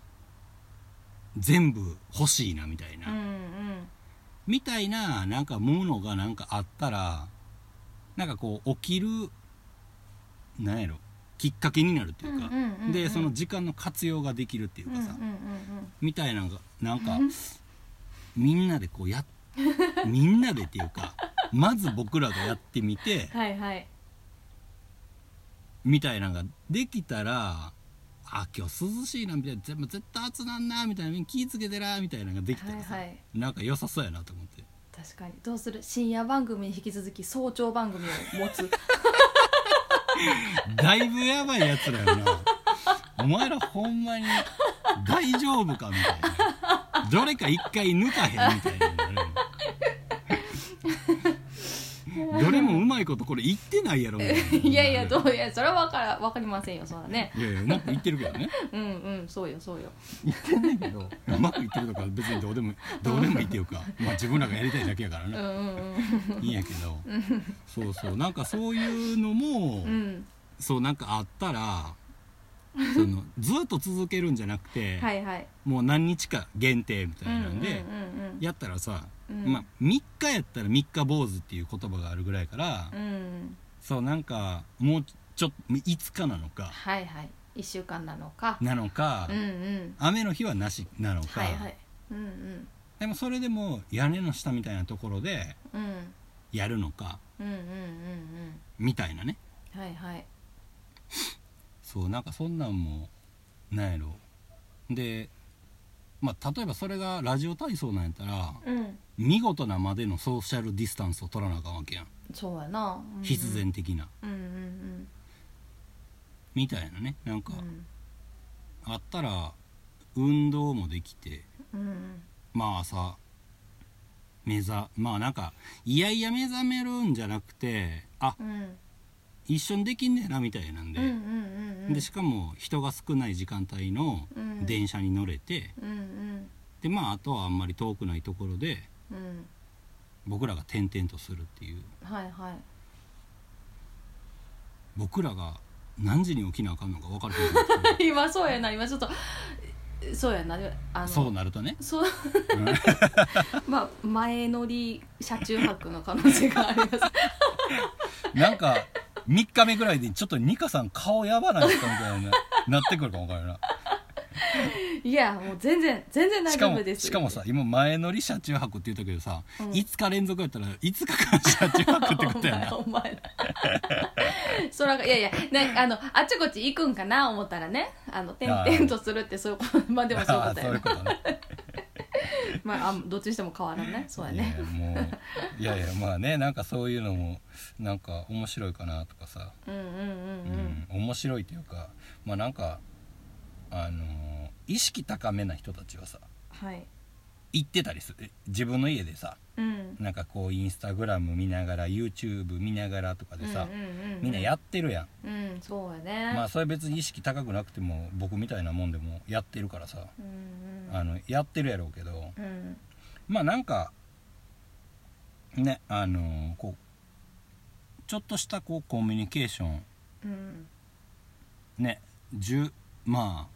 全部欲しいなみたいな、
うんうん
みたいななんかものがなんかあったらなんかこう起きるなんやろきっかけになるっていうか、
うんうんうんうん
でその時間の活用ができるっていう
うん
か
うんう
さ、
ん
みたいなのがなんかみんなでこう やっみんなでっていうかまず僕らがやってみて
うんはいはい
みたいなのができたら。あ今日涼しいなみたいな全部絶対暑なんなみたいな気ぃつけてなみたいなのができた
は
ら
い
さ、
はい
なんか良さそうやなと思って
確かにどうする深夜番組に引き続き早朝番組を 持つ
だいぶやばいやつらよなお前らほんまに大丈夫かみたいなどれか一回抜かへんみたいなのがあるどれもうまいことこれ言ってないやろみたいない
いやいやどういやそれは分から分かりませんよそらね
やいやうまくいってるけどね
うんうんそうよそうよ
言ってんねんけどうまくいってるとか別にどうでもどうでもいいっていうかまあ自分らがやりたいだけやから
うん
ね
うん
いいんやけどそうそうなんかそういうのも、
うんうん
そうなんかあったらそのずっと続けるんじゃなくて、
はいはい
もう何日か限定みたいなんで、
うんうん
やったらさ、
うん
まあ、3日やったら3日坊主っていう言葉があるぐらいから、
うんうん
そうなんかもうちょっと5日なのか
はいはい一週間なのか
なのか、
うんうん
雨の日はなしなのか、
はいはいうんうん
でもそれでも屋根の下みたいなところで
うん
やるのか
うんうんうん
みたいなね
うんはいはい
そうなんかそんなんもなんやろで、まあ、例えばそれがラジオ体操なんやったら
うん
見事なまでのソーシャルディスタンスを取らなあかんわけやん
そうやなうんうん
必然的な。
うんうん
みたいなねなんか
うんうん
あったら運動もできて
うん
まあ朝目覚まあなんかいやいや目覚めるんじゃなくてあ
うんうん
一緒にできんねやなみたいなんで、
うんうんうん
でしかも人が少ない時間帯の
うん
電車に乗れて、
うんうん
でまああとはあんまり遠くないところで
うん
僕らが転々とするっていう
はいはい
僕らが何時に起きなあかんのか分かるけど
今そうやな今ちょっとそうやなあ の
そうなるとね
そう まあ前乗り車中泊の可能性があります
なんか3日目ぐらいでちょっとニカさん顔やばないですかみたいななってくるかも分からんない
いやもう全然全然大
しか
丈
も
夫です
しかもさ今前乗り車中泊って言ったけどさ、
うん
5日連続やったら5日間車中泊ってことやな
お前お前らそらがいやいやねあのあちこち行くんかな思ったらねあの転々とするってそういうことまあでもそういう
あ
こ
あ
と
そういう
やな
ことね
まああどっちにしても変わらんねそうやね
いやもういやいやまあねなんかそういうのもなんか面白いかなとかさ、
うんう
う
んうん
ん面白いというかまあなんかあのー意識高めな人たちはさ
うんはい
行ってたりする自分の家でさ
うん
なんかこうインスタグラム見ながら YouTube 見ながらとかでさ、
うんうんうんうん
みんなやってるやん、
うんそうやね
まあそれ別に意識高くなくても僕みたいなもんでもやってるからさ、
うんうん
あのやってるやろうけど
うん
まあなんかねあのこうちょっとしたこうコミュニケーション
うん
ね10まあ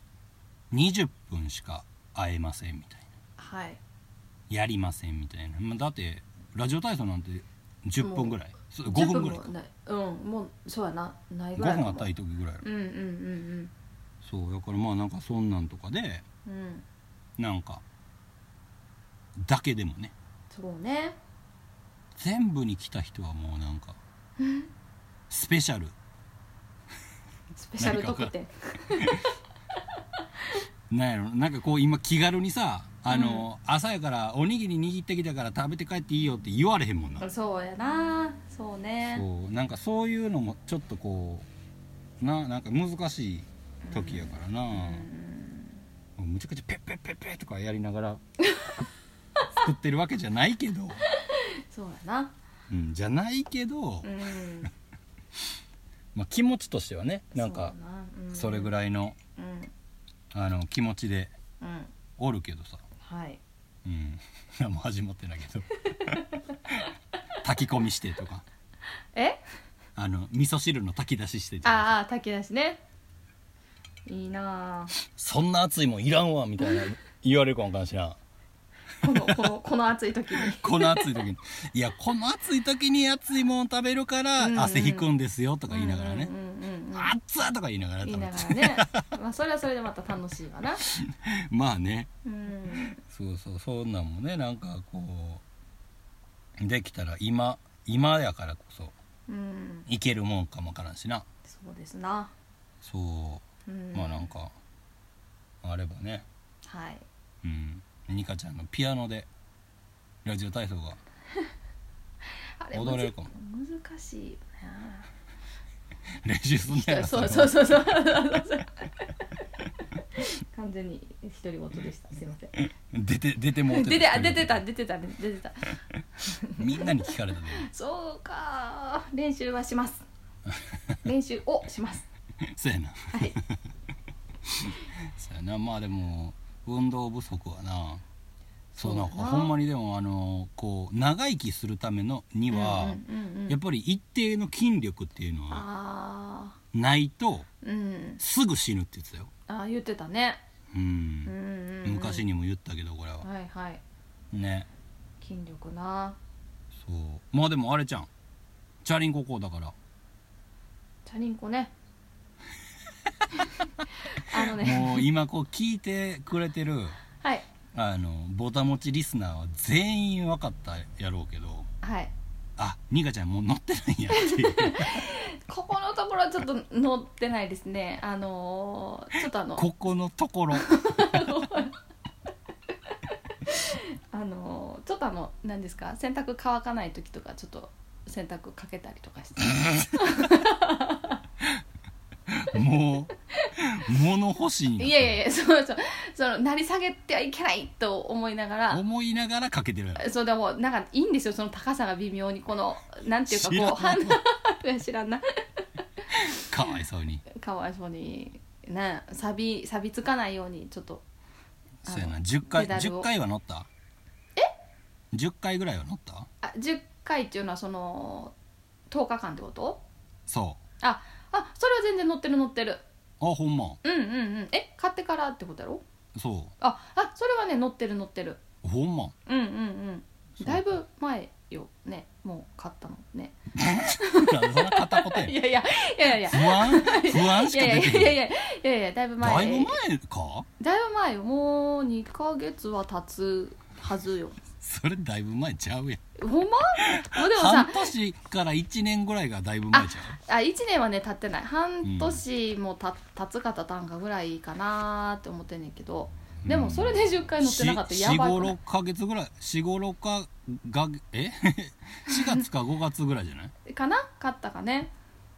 20分しか会えませんみたいな
はい
やりませんみたいな、まあ、だってラジオ体操なんて10分ぐらいそう5分ぐらい
10もないうんもうそうやなない
5
ぐらいか
分
も
あったらいい時ぐらいやろ
うんうんうん
そうだからまあなんかそんなんとかで
うんうん
なんかだけでもね
そうね
全部に来た人はもうなんかスペシャル
スペシャル特典
なんやろなんかこう今気軽にさあの、朝やからおにぎり握ってきたから食べて帰っていいよって言われへんもんな、
そうやなそうね
そうなんかそういうのもちょっとこうななんか難しい時やからな、むちゃくちゃペッペッペッペッとかやりながら 作ってるわけじゃないけど、
そうやな
うん、じゃないけど、
うん
まあ、気持ちとしてはねなんかそれぐ
い
らいの
うん
あの気持ちで
うん
おるけどさ、
はい
うん、 何も始まってないけど 炊き込みしてとか
え
あの味噌汁の炊き出ししてとか
ああ炊き出しねいいなあ
そんな熱いもんいらんわみたいな言われるかもかもしらん。
このこ のこの暑い時に
この暑い時に「いやこの暑い時に熱いもん食べるから
うんうん
汗引くんですよ」とか言いながらね
うんうん
「
うんうん
熱っ!」とか言いながら
言
食
い
べ
な
て
がらねまあそれはそれでまた楽しいわな
まあね
うん
そうそうそんなんもねなんかこうできたら今今やからこそ
うん
いけるもんかもわからんしな
そうですな
そううんまあなんかあればね
はい
うんニカちゃんのピアノでラジオ体操が
あ
踊れるかも
むず難しいよな
練習すんねやろ
そう
れ
そうそうそう。完全に独り言でした。すいません。
出て出てもう
出てあ出てた出てた出てた。
みんなに聞かれたで
そうか練習はし ます。練習をします。
そうやな
はい。
そうやなまあでも運動不足はなそうなんか
そうやな
ほんまにでもあのこう長生きするためのには、
うんうんうんう
やっ
ん、
ぱり一定の筋力っていうのは
ああ
ないと
ーうん
すぐ死ぬって言ってたよ、
あー言ってたね。
うん
うんうん、うん、
昔。にも言ったけどこれは、
はいはい
ね
筋力な
そうまあでもあれちゃんチャリンコこうだから、
チャリン コね。あのね
もう今こう聞いてくれてる
はい
あのボタ持ちリスナーは全員分かったやろうけど
はい。
あニカちゃんもう乗ってないん やっていう
ここのところはちょっと乗ってないですね。あのー、ちょっとあの
ここのところ
あのちょっとあの何ですか洗濯乾かない時とかちょっと洗濯かけたりとかして
もう物欲しいん
いやいやいやそうそうその成り下げてはいけないと思いながら
思いながらかけてるやろ
そうでもなんかいいんですよその高さが微妙にこのなんていうかこう
知らん
判断知らんな
かわいそうに
かわいそうにな錆び錆びつかないようにちょっとあの
そうやな10回
ペダル
10
を
回は乗ったえ10回ぐらいは乗った
あ10回っていうのはその10日間ってこと
そ
ああそれは全然乗ってる乗ってる
うあほんま
うんうんうんえ買ってからってことやろ
そ
ああそれはね乗ってる乗ってる
うほんま
うんうんうん
そう
だいぶ前よねもう買ったのね
なんでそんな片言や
いやいやいやいや
不安不安
い
しか
や
出
い
て
やいや
へ
い
ん
やいやいやだいぶ前
だいぶ前か
だいぶ前よもう2ヶ月は経つはずよ
それだいぶ前ちゃうやん
ほんまもうでも
半
さ
年から1年ぐらいがだいぶ前ちゃ
あ1年はね経ってない半年もた経つか経たんかぐらいかなーって思ってんねんけどでもそれで10
う
回乗ってなかったらやばいくない
45か月ぐらい45かがえ4月か5月ぐらいじゃない
かな買ったかね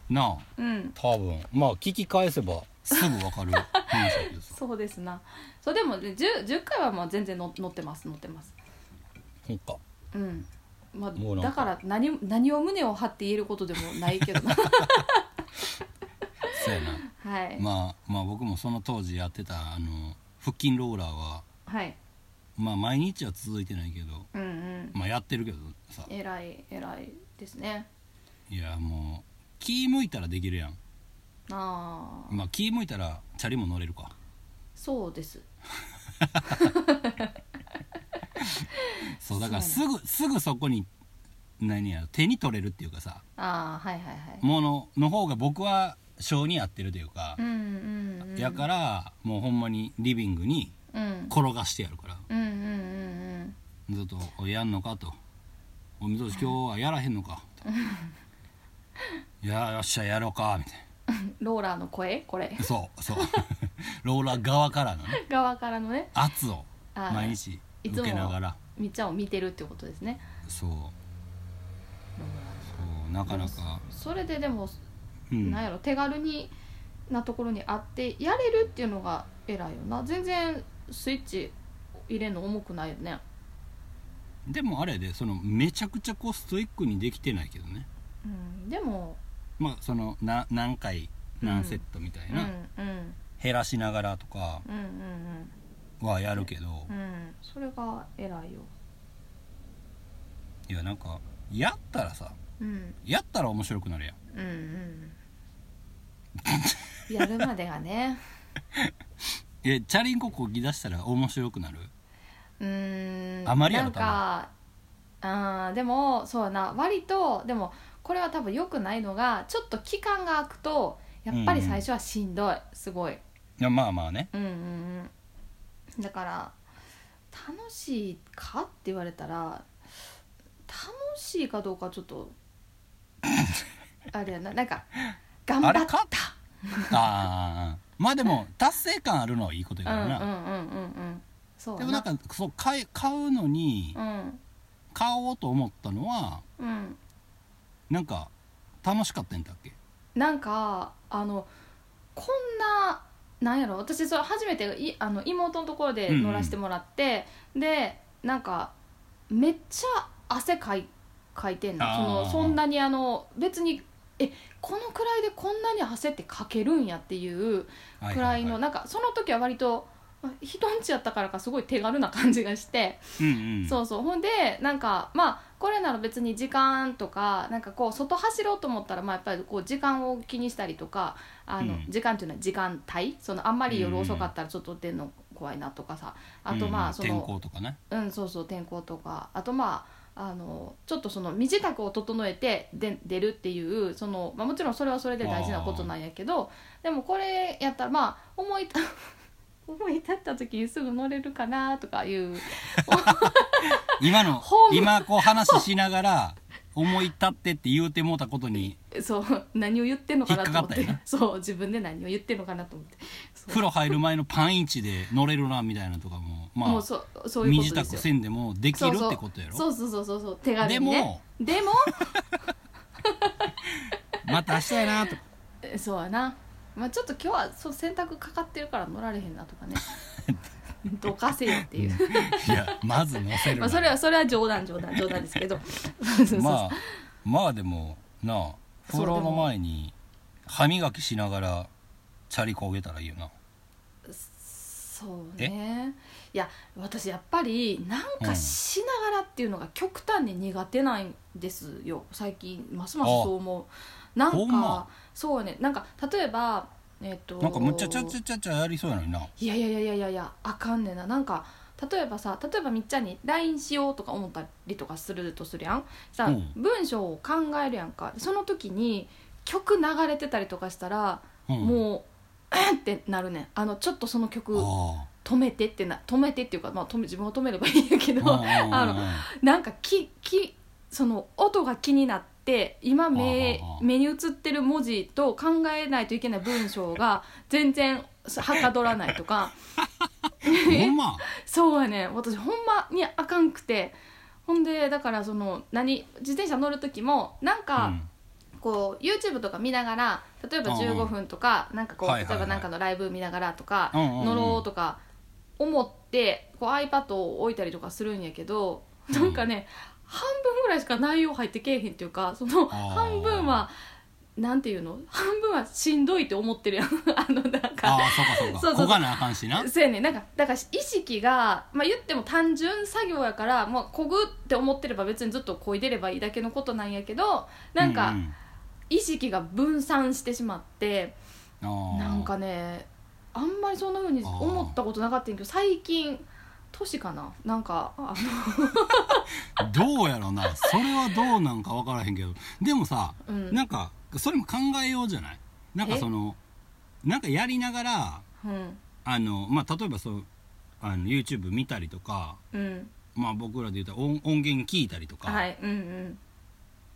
なあ
うん
多分まあ聞き返せばすぐわかる話だけどさ
そうですなそうでもね 10, 10回はまあ全然の乗ってます乗ってます
ほんか
うんま
もう
あ、
なんか
だから何何を胸を張って言えることでもな いけどな
そうやな
はい、
まあまあ僕もその当時やってたあの腹筋ローラーは
はい
まあ毎日は続いてないけど
うんうん
まあやってるけどさ
偉い偉いですね
いやもう気向いたらできるやん
ああ
まあ気向いたらチャリも乗れるか
そうです
そうだから
そ
すぐすぐそこに何や手に取れるっていうかさ
ああはいはいはい
ものの方が僕は性に合ってるというか
う、んうんうん
やからもうほんまにリビングに
うん
転がしてやるから
うんうんうん
ずっと「おいやんのか?」と「おみぞし今日はやらへんのか?」 と「いやよっしゃやろうか」みたい
うんローラーの声これ
なそう そうローラー側からのね
側からのね
圧を
あー
毎日
いつ
受
も
けながら
みっちゃんを見てるってことですね
そうそうなかなか、
それででも、
うん、
なんやろ手軽になところにあってやれるっていうのが偉いよな全然スイッチ入れるの重くないよね
でもあれやでそのめちゃくちゃこうストイックにできてないけどね
うんでも
まあそのな何回何セットみたい
うんう
な、
んうん
減らしながらとか
うんうん
はやるけど、
うんうんそれが偉いよ
いやなんかやったらさ
うん
やったら面白くなるやん
うんうんやるまでがね
えチャリンコこぎ出したら面白くなる
うーん
あまりやろ
なんかあーでもそうやな割とでもこれは多分良くないのがちょっと期間が空くとやっぱり最初はしんどいすごい
いやまあまあね
うんうんうんだから楽しいかって言われたら楽しいかどうかちょっとあれやななんか頑張
あ
った
れかああまあでも達成感あるのはいいことやからな、
うんうんうんうんうんそう
でもなん
か
かそう買い買うのに
うん
買おうと思ったのは
うん
なんか楽しかったんだっけ
なんかあのこんななんやろ私それ初めていあの妹のところで乗らせてもらって、でなんかめっちゃ汗かいかいてんのそ
あー
のそんなにあの別にえこのくらいでこんなに汗ってかけるんやっていう
は
くらいの、
はは
なんかその時は割とあ人んちやったからかすごい手軽な感じがして。
うんうん
そうそうほんでなんかまあこれなら別に時間とかなんかこう外走ろうと思ったらまあやっぱりこう時間を気にしたりとかあの、
うん
時間っていうのは時間帯そのあんまり夜遅かったらちょっと出るの怖いなとかさ、あと
う
まあ
ん
そ
天
の、
候とかね
うんそうそう天候とかあとまああのちょっとその身支度を整えてで出るっていうその、まあ、もちろんそれはそれで大事なことなんやけどでもこれやったらまあ思いた 思い立った時にすぐ乗れるかなとかいう
今 の
ホーム
今こう話しながら思い立ってって言うてもうたことに
そう 何を言ってんのかなと思って
引っかか
そう自分で何を言ってんのかなと思ってそう
風呂入る前のパンイチで乗れるなみたいなとかもまあ
もうそうそういう
身
こ
支
と
度
です
せ
よ
んでもできるってことやろ
そうそうそうそうそう手軽にねでも
また明日やなとか
えそうやなまあちょっと今日はそう洗濯かかってるから乗られへんなと かねどかせよっていう
いやまず乗せるな
まあそれはそれは冗談冗談冗談です けどそうそうそう
まあまあでもなあ風呂の前に歯磨きしながらチャリこげたらいいよな
そうねいや私やっぱりなんかしながらっていうのが極端に苦手なんですよ最近ますますそう思うなんか
ほんま
そうねなんか例えばえっ、と
なんかむっちゃちゃちゃちゃちゃやりそうやのにない
やいやいやいやいやいやあかんねんななんか例えばさ例えばみっちゃんに LINE しようとか思ったりとかするとするやんさ、
うん
文章を考えるやんかその時に曲流れてたりとかしたら、
うん
もうってなるねんあのちょっとその曲
あ
止めてってな止めてっていうか、まあ、止め自分を止めればいいんやけど、
あうんうんうん
あの なんかききその音が気になって今目
ああああ
目に映ってる文字と考えないといけない文章が全然はかどらないとか
ほんま
そうやねん私ほんまにあかんくてほんでだからその何自転車乗る時もなんか、
うん
こう YouTube とか見ながら例えば
うんうん
15分とか、なんかこう、
はいはいはい
例えばなんかのライブ見ながらとか、
うんうんうん
乗ろうとか思ってこう iPad を置いたりとかするんやけどなんかね、半分ぐらいしか内容入ってけえへんっていうかその
あー
半分はなんていうの半分はしんどいって思ってるやん あのなんか
ああそうかそうか
そうそうそう
こがなあかんしな
そうやねなんかだから意識が、まあ、言っても単純作業やから、まあ、こぐって思ってれば別にずっとこいでればいいだけのことなんやけどなんか、
うん
意識が分散してしまって
あー
なんかねあんまりそんな風に思ったことなかったんやけど最近年かななんかあ
どうやろなそれはどうなんか分からへんけどでもさ、
うん
なんかそれも考えようじゃないなんか
え
そのなんかやりながら
のうん
あの、まあ、例えばそうあの YouTube 見たりとか、
うん
まあ、僕らで言ったら音音源聞いたりとか、
はいうん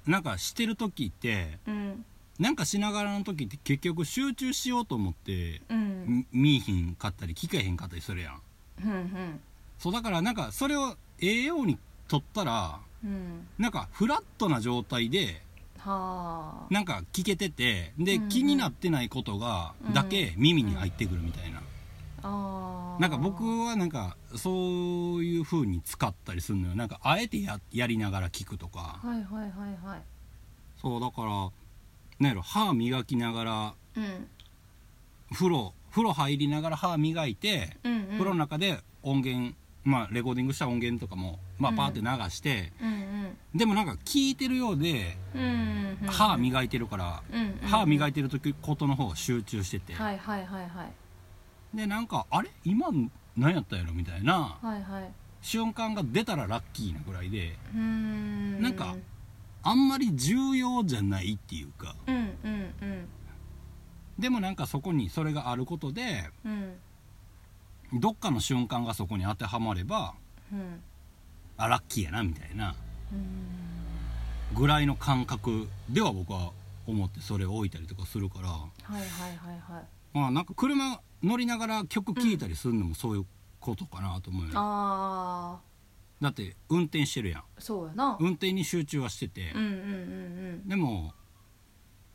なんかしてる時って
うんうん
なんかしながらの時って結局集中しようと思って、
うん
み見いひんかったり聞けへんかったりするやん
うんうん
そうだからなんかそれを栄養にとったら
うん
なんかフラットな状態で
はあ
なんか聞けててで、
うんうん
気になってないことがだけ耳に入ってくるみたいな、
あー
なんか僕はなんかそういう風に使ったりするのよなんかあえてややりながら聞くとか
はいはいはいはい
そうだからなんやろ歯磨きながら
うん
風呂風呂入りながら歯磨いて、
うんうん
風呂の中で音源まあレコーディングした音源とかもまあ
うん
パーって流して、
うんうん
でもなんか聞いてるようで
うんうんうん
歯磨いてるから、
うんうんうん
歯磨いてる時ことの方が集中してて、
はいはいはいはい
でなんかあれ今何やったんやろみたいな
はいはい
瞬間が出たらラッキーなぐらいで
うーん
なんかあんまり重要じゃないっていうか
うんうんうん
でもなんかそこにそれがあることで
うん
どっかの瞬間がそこに当てはまれば
うん
あラッキーやなみたいな
うん
ぐらいの感覚では僕は思ってそれを置いたりとかするから
はいはいはいはい
まあなんか車乗りながら曲聴いたりするのもそういうことかなと思うよ、
あ
だって運転してるやん
ーそうやな
運転に集中はしてて
うん、うんうん
でも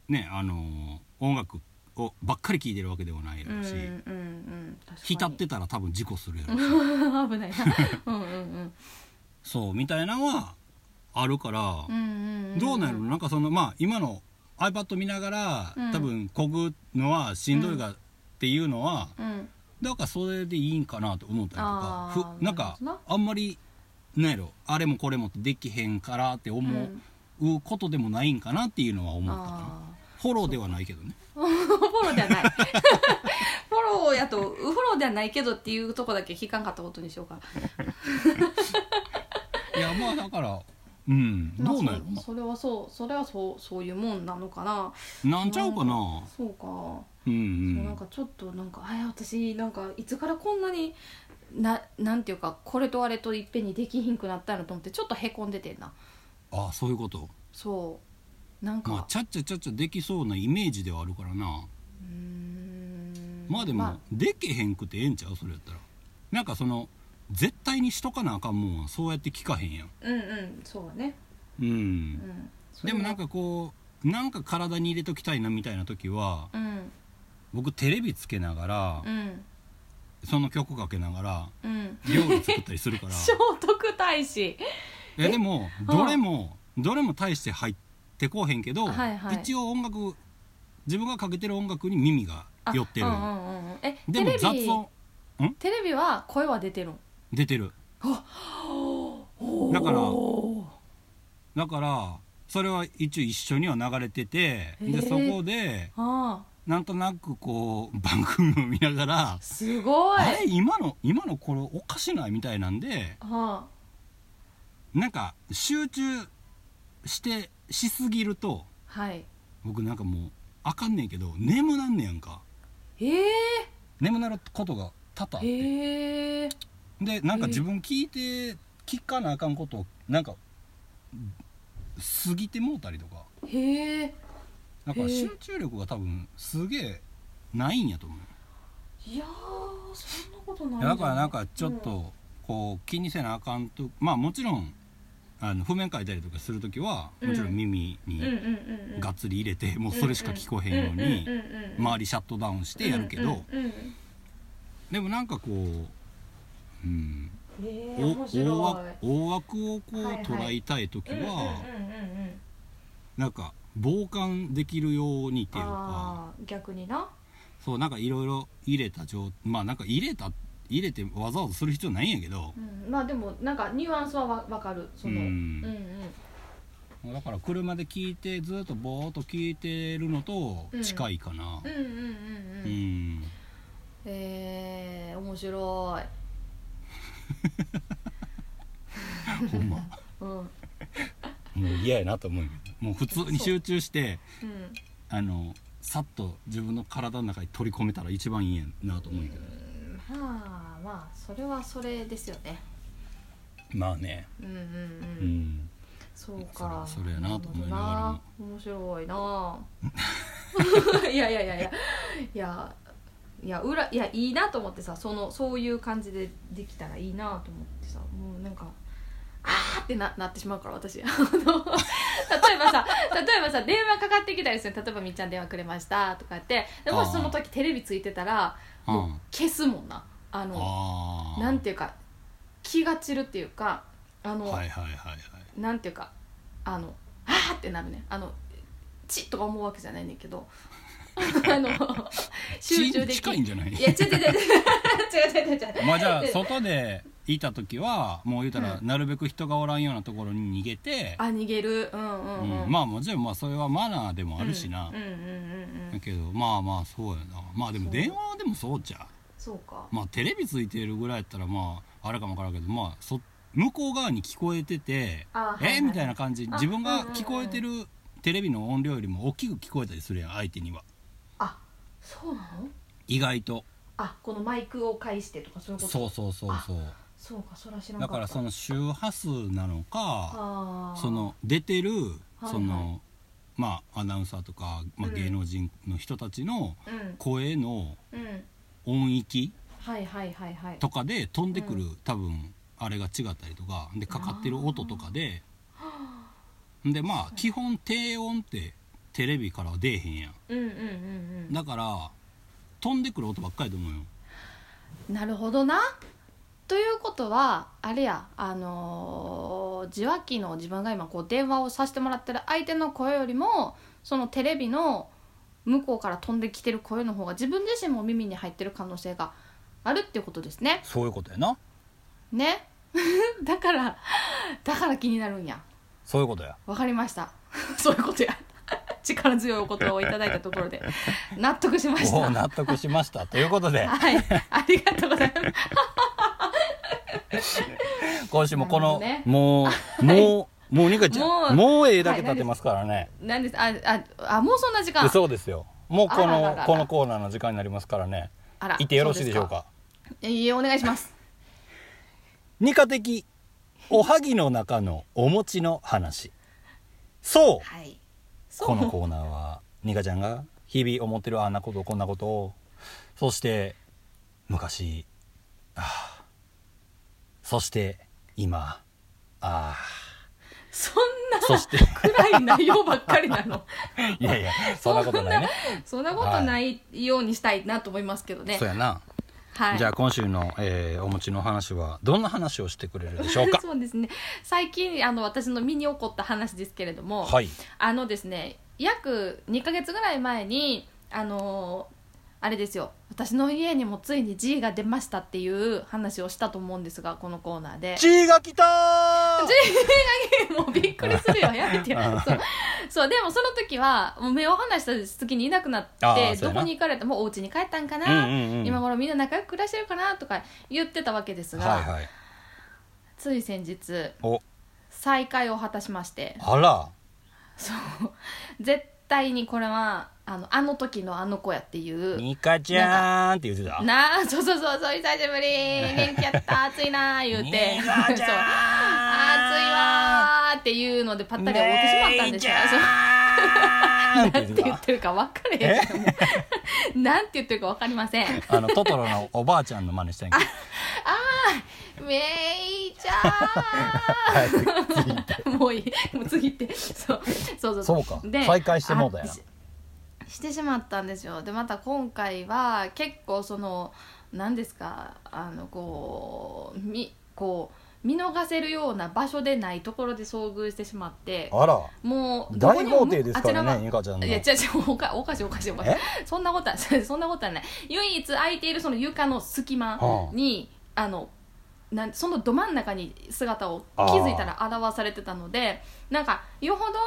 ねあのー音楽をばっかり聴いてるわけではないや
うんう
ろ
んうん
し、
うん確かに
浸ってたら多分事故するやろし
危ないなうんうん
そうみたいなのはあるから
うんう、んうん
どうなるのなんかそのまあ今の iPad 見ながら、
うん
多分こぐのはしんどいが、っていうのは
うん
だからそれでいいんかなと思ったりと
あ
か
ー
ふなんか
なるほ
あんまりなんやろあれもこれもってできへんからって思うことでもないんかなっていうのは思ったかな、
あ
フォローではないけどね
ーフォローではない フォローやとフォローではないけどっていうとこだけ聞かんかったことにしようか
いやまあだからうんどうなんやろ
まあそそれはそうそれはそうそういうもんなのかな
ななんちゃうかな
そうか
うん
そうなんかちょっとなんかあれ私なんかいつからこんなにななんていうかこれとあれといっぺんにできひんくなったのと思ってちょっとへこんでてんな
うんああそういうこと
そうなんか、
まあちゃっちゃちゃっちゃできそうなイメージではあるからな
うーん
まあでも、
ま
でけへんくてええんちゃうそれやったらなんかその絶対にしとかなあかんもんはそうやって聞かへんやん
あうんうんそうだね
うん、
うんそれ
で
は
もなんかこうなんか体に入れときたいなみたいな時は
うん
僕テレビつけながら、
うん
その曲かけながら
うん
料理作ったりするか ら
聖徳太子
いやでも
うん
どれもどれも大して入ってこうへんけど、
はいはい
一応音楽自分がかけてる音楽に耳が
あ
寄ってる
うんうんうんうんえ
で
テ
も
レビ
雑音
テレビは声は出てるん
出てるだからだからそれは一応一緒には流れてて
へえ
でそこで
ああ
なんとなくこう番組を見ながら
すごい
あれ今の今のこれおかしないみたいなんで
あ
なんか集中してしすぎると
あはい
僕なんかもうあかんねんけど眠なんねやんか
ええ
眠なることが多々あって。
へえ
でなん
え
か自分聞いて、聞かなあかんことをなんか過ぎてもうたりとか
へえ
なんか
へえ
集中力が多分すげえないんやと思う、
いやーそんなことないんじゃい
だからなんかちょっとこう気にせなあかんとまあもちろんあの譜面書いたりとかする時はもちろん耳
うんうん
に
うんうん
がっつり入れて、もう
うん
それしか聞こえへんように
んんんうん
周りシャットダウンしてやるけど、
うんうんうん
でもなんかこう。うん、
えー
お
面白い
大枠大枠をこう
はいはい
捉えたい時は、
うんうんうんうんうん
なんか傍観できるようにっていうか
あー逆にな
そうなんかいろいろ入れた状まあなんか入れた入れてわざわざする必要ないんやけど
うんまあでもなんかニュアンスはわわかるその
う
うんんうん
もうだから車で聞いてずっとぼーっと聞いてるのと
うん
近いかな
うん
う
うんうんうん、
ん、
えー、面白
ほんま
いうんう
も
ん
う嫌やなと思うけどもう普通に集中してあのさっと自分の体の中に取り込めたら一番いいやなと思うけど、
まあまあそれはそれですよね
まあね
うんう
う
んうん、
ん
そうか
それそれやなと思いながらも
な面白いな いやいやいやいやいやいや裏いやいいなと思ってさそのそういう感じでできたらいいなと思ってさもうなんかあーってななってしまうから私 あの例えばさ例えばさ電話かかってきたりする例えば「みっちゃん電話くれました」とかやってでもしその時テレビついてたらもう消すもんなあの
ああ
なんていうか気が散るっていうかあの、
はいはいはいはい
なんていうかあの「あーってなるねあのチッとか思うわけじゃないねんだ けどあの集中でき
近いんじゃない
いや違う違う違う違う違う違う違う
まあじゃあ外でいた時はもう言うたらなるべく人がおらんようなところに逃げて、
あ逃げるう
う
んうんうんん、
まあもちろんまあそれはマナーでもあるしな、
うんうんうんうんう
だ
ん
けどまあまあそうやなまあで
そう
も電話はでもそうじゃ
そうか
うまあテレビついてるぐらいやったらまああれかもわからんけどまあそ向こう側に聞こえてて
あ
えみたいな感じ
あ
自分が聞こえてるテレビの音量よりも大きく聞こえたりするやん相手には
あそうなの
意外と
あこのマイクを介してとかそういうこと
そうそうそうそう
そうかそら知らんか
だ
った
からその周波数なのか
あー
その出てる
いはい
そのまあアナウンサーとかまあ
うん
芸能人の人たちの
うん
声の
うん
音域
はいはいはいはい
とかで飛んでくる
う
多分あれが違ったりとかでかかってる音とかででまあ基本低音ってテレビからは出えへんやん
うんうんうん
だから飛んでくる音ばっかりだと思うよ
うんなるほどなということはあれやあのー受話器の自分が今こう電話をさせてもらってる相手の声よりもそのテレビの向こうから飛んできてる声の方が自分自身も耳に入ってる可能性があるっていうことですね
そういうことやな
ね だからだから気になるんや
そういうことや
わかりました そういうことや 力強いお言葉をいただいたところで納得しました
おお納得しましたということで
はい、ありがとうございます。
今週もこの、
なるほどね
もう、もうもう2回ち
も
ゃ
うん
もうええだけ立てますからね、
なんです、あ、あ、あ、もうそんな時間。
そうですよもうこの
あらららら
このコーナーの時間になりますからね
あら
行ってよろしいでしょうか。
そうですかいえ、お願いします。
二課的おはぎの中のお餅の話そう
はい。そ う
このコーナーはニカちゃんが日々思ってるあんなことこんなことをそして昔ああそして今あ
そんな
あそ して
暗い内容ばっかりなの。
いやいやそんなことないね
そんなことないようにしたいなと思いますけどね
そう。やな、
はい。
じゃあ今週の、えーお餅の話はどんな話をしてくれるでしょうか
そうですね。最近、あの、私の身に起こった話ですけれども。
はい
あのですね、約2ヶ月ぐらい前に、あのあれですよ私の家にもついに G が出ましたっていう話をしたと思うんですがこのコーナーで
G が来たー
もうびっくりするよやめてよ
あ
そうそうでもその時はもう目を離した時にいなくな
あ
って
ーそう
ど
やな
こに行かれてもお家に帰ったんか
うん
な、
うんうん
今頃みんな仲良く暮らしてるかなとか言ってたわけですが、
はいはい
つい先日
お
再会を果たしまして
あら
そう絶対にこれはあのあの時のあの子やっていう。
ニカちゃーんって言ってた
なあそうそうそうそう久しぶり 元気やった暑いなあ言うて
ニ
そう
カち
暑い
ゃーん
わーっていうのでぱったり終わってしまったんですよ、そう
ゃ
なんて言ってるか分かれへんけどもなんて言ってるか分かりません
あのトトロのおばあちゃんの真似したんや
めいちゃんもういいもう次行ってそうそうそう
そうか再会してもうたやん
あししてしまったんですよでまた今回は結構その何ですかあのこうみこう見逃せるような場所でないところで遭遇してしまって
あら
もう
大豪邸ですからね
あち
ニカちゃんの
いや違う違うおかおかしいおかしいおかしい
え
そんなことは そんなことはない唯一空いているその床の隙間に、あのなんそのど真ん中に姿を気づいたら表されてたのでなんかよほど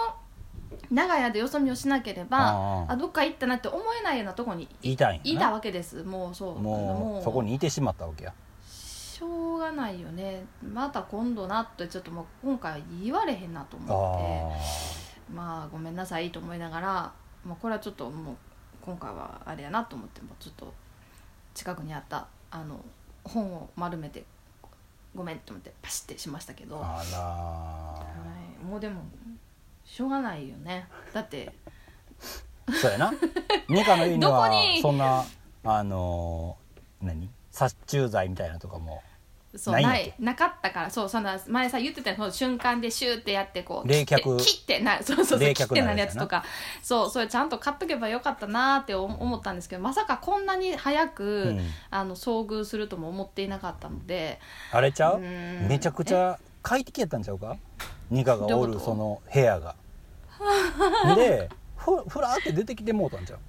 長屋でよそ見をしなければ
あ
あどっか行ったなって思えないようなとこに
言いたいんやない
たわけですもうそう
もうそこにいてしまったわけや
しょうがないよねまた今度なってちょっともう今回は言われへんなと
あ
思
あ
ってまあごめんなさいと思いながら、まあ、これはちょっともう今回はあれやなと思ってもうちょっと近くにあったあの本を丸めてごめんと思ってパシッてしましたけど、は
あら
い、もうでもしょうがないよねだって
ーそうやなミカの家には
どこに
そんなあのー何殺虫剤みたいなとかも
そうな
ないいんや
な
っけ
かったからそうそんな前さ言ってたよその瞬間でシューってやってこう
冷却
切って切ってなそうそうそう
冷
切っ
却
て
の
な
やつやな
るやつとかそうそれちゃんと買っとけばよかったなーって思思ったんですけどまさかこんなに早く、
うん
あの遭遇するとも思っていなかったので
あれちゃう
うーん
めちゃくちゃ快適やったんちゃうかニカが
どう
お
いうこ
る
と
その部屋 がでふふらーって出てきてもうたんちゃう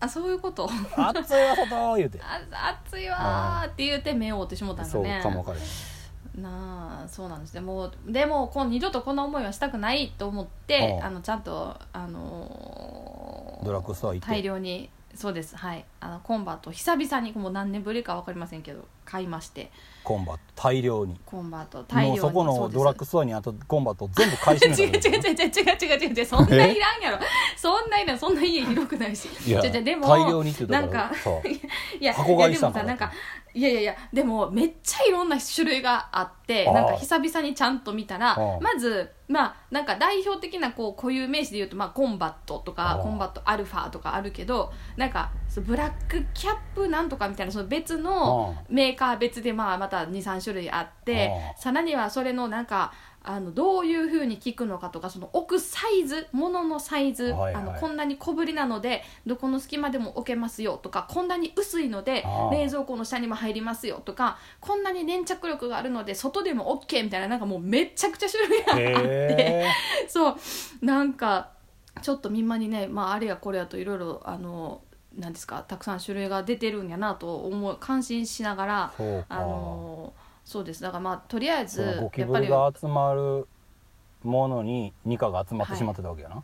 あそういうこと
暑いわ外言うて
あ暑いわーって言って目を覆ってしもたんだ
そう
ね
かもわかれへん
なあそうなんですでもうでもこう二度とこんな思いはしたくないと思って
ああ
あのちゃんとあのー
ドラッグストア行っ
大
て
量にそうですはいあのコンバットを久々にもう何年ぶりか分かりませんけど買いまして
コンバット大量に
コンバットを大量
もう
に
そこのドラッグ
ス
ストアにあとコンバットを全部買い占
違う違
めた
う違う違う違う違う違うそんないらんやろそんないらんそんな家広くないし
いや
違う違うでも
大量にって言
な
うんところ
か
そう
いや
箱買い
いや
し
で
た
も
んかな
さなんかいやいやいやでもめっちゃいろんな種類があって
ああ
なんか久々にちゃんと見たら
ああ
まずまあなんか代表的なこう固有名詞で言うとまあコンバットと
あ
か
あ
コンバットアルファとかあるけどなんかそのブラックキャップなんとかみたいなその別の
ああ
メーカー別でまあまた23種類あって
ああ
さらにはそれのなんかあのどういうふうに効くのかとかその置くサイズ物のサイズ、
はいはい
あのこんなに小ぶりなのでどこの隙間でも置けますよとかこんなに薄いので
あー
冷蔵庫の下にも入りますよとかこんなに粘着力があるので外でも OK みたいななんかもうめちゃくちゃ種類があって
へ
そうなんかちょっとみんなにね、まあ、あれやこれやといろいろあのなんですかたくさん種類が出てるんやなと思う感心しながら
ーそう
あ
か
のそうですだからまあとりあえ
その
ず
ゴキ
やっ
ブ
ぱ
リ
り
が集まるものにニカが集まってしまってたわけやな、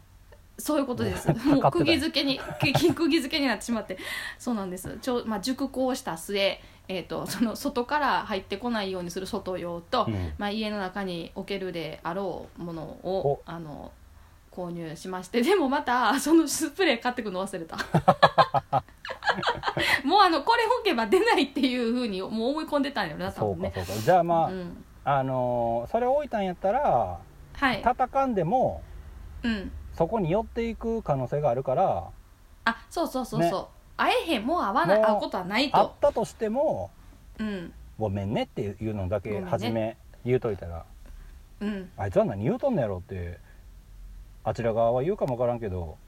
そういうことです
た
もう釘付けにくく釘付けになってしまってそうなんですちょ、まあ、熟考した末、えー、とその外から入ってこないようにする外用と、
うん
まあ、家の中に置けるであろうもの
お
をあの購入しましてで もまたそのスプレー買ってく の忘れたもうあのこれ置けば出ないっていうふうにもう思い込んでたんやろな多
そう
分
か
ね
そうかじゃあまあ、
うん、
あのーそれを置いたんやったら
はい、
叩かんでも
うん、
そこに寄っていく可能性があるから
あそうそうそうそう、
ね
会えへんもう会わない
もう
会うことはない
あ
と
ったとしても
うん
ごめんねっていうのだ
ごめ
け
んね
初め言うといたら、
うん
あいつは何言うとんのやろってあちら側は言うかもわからんけど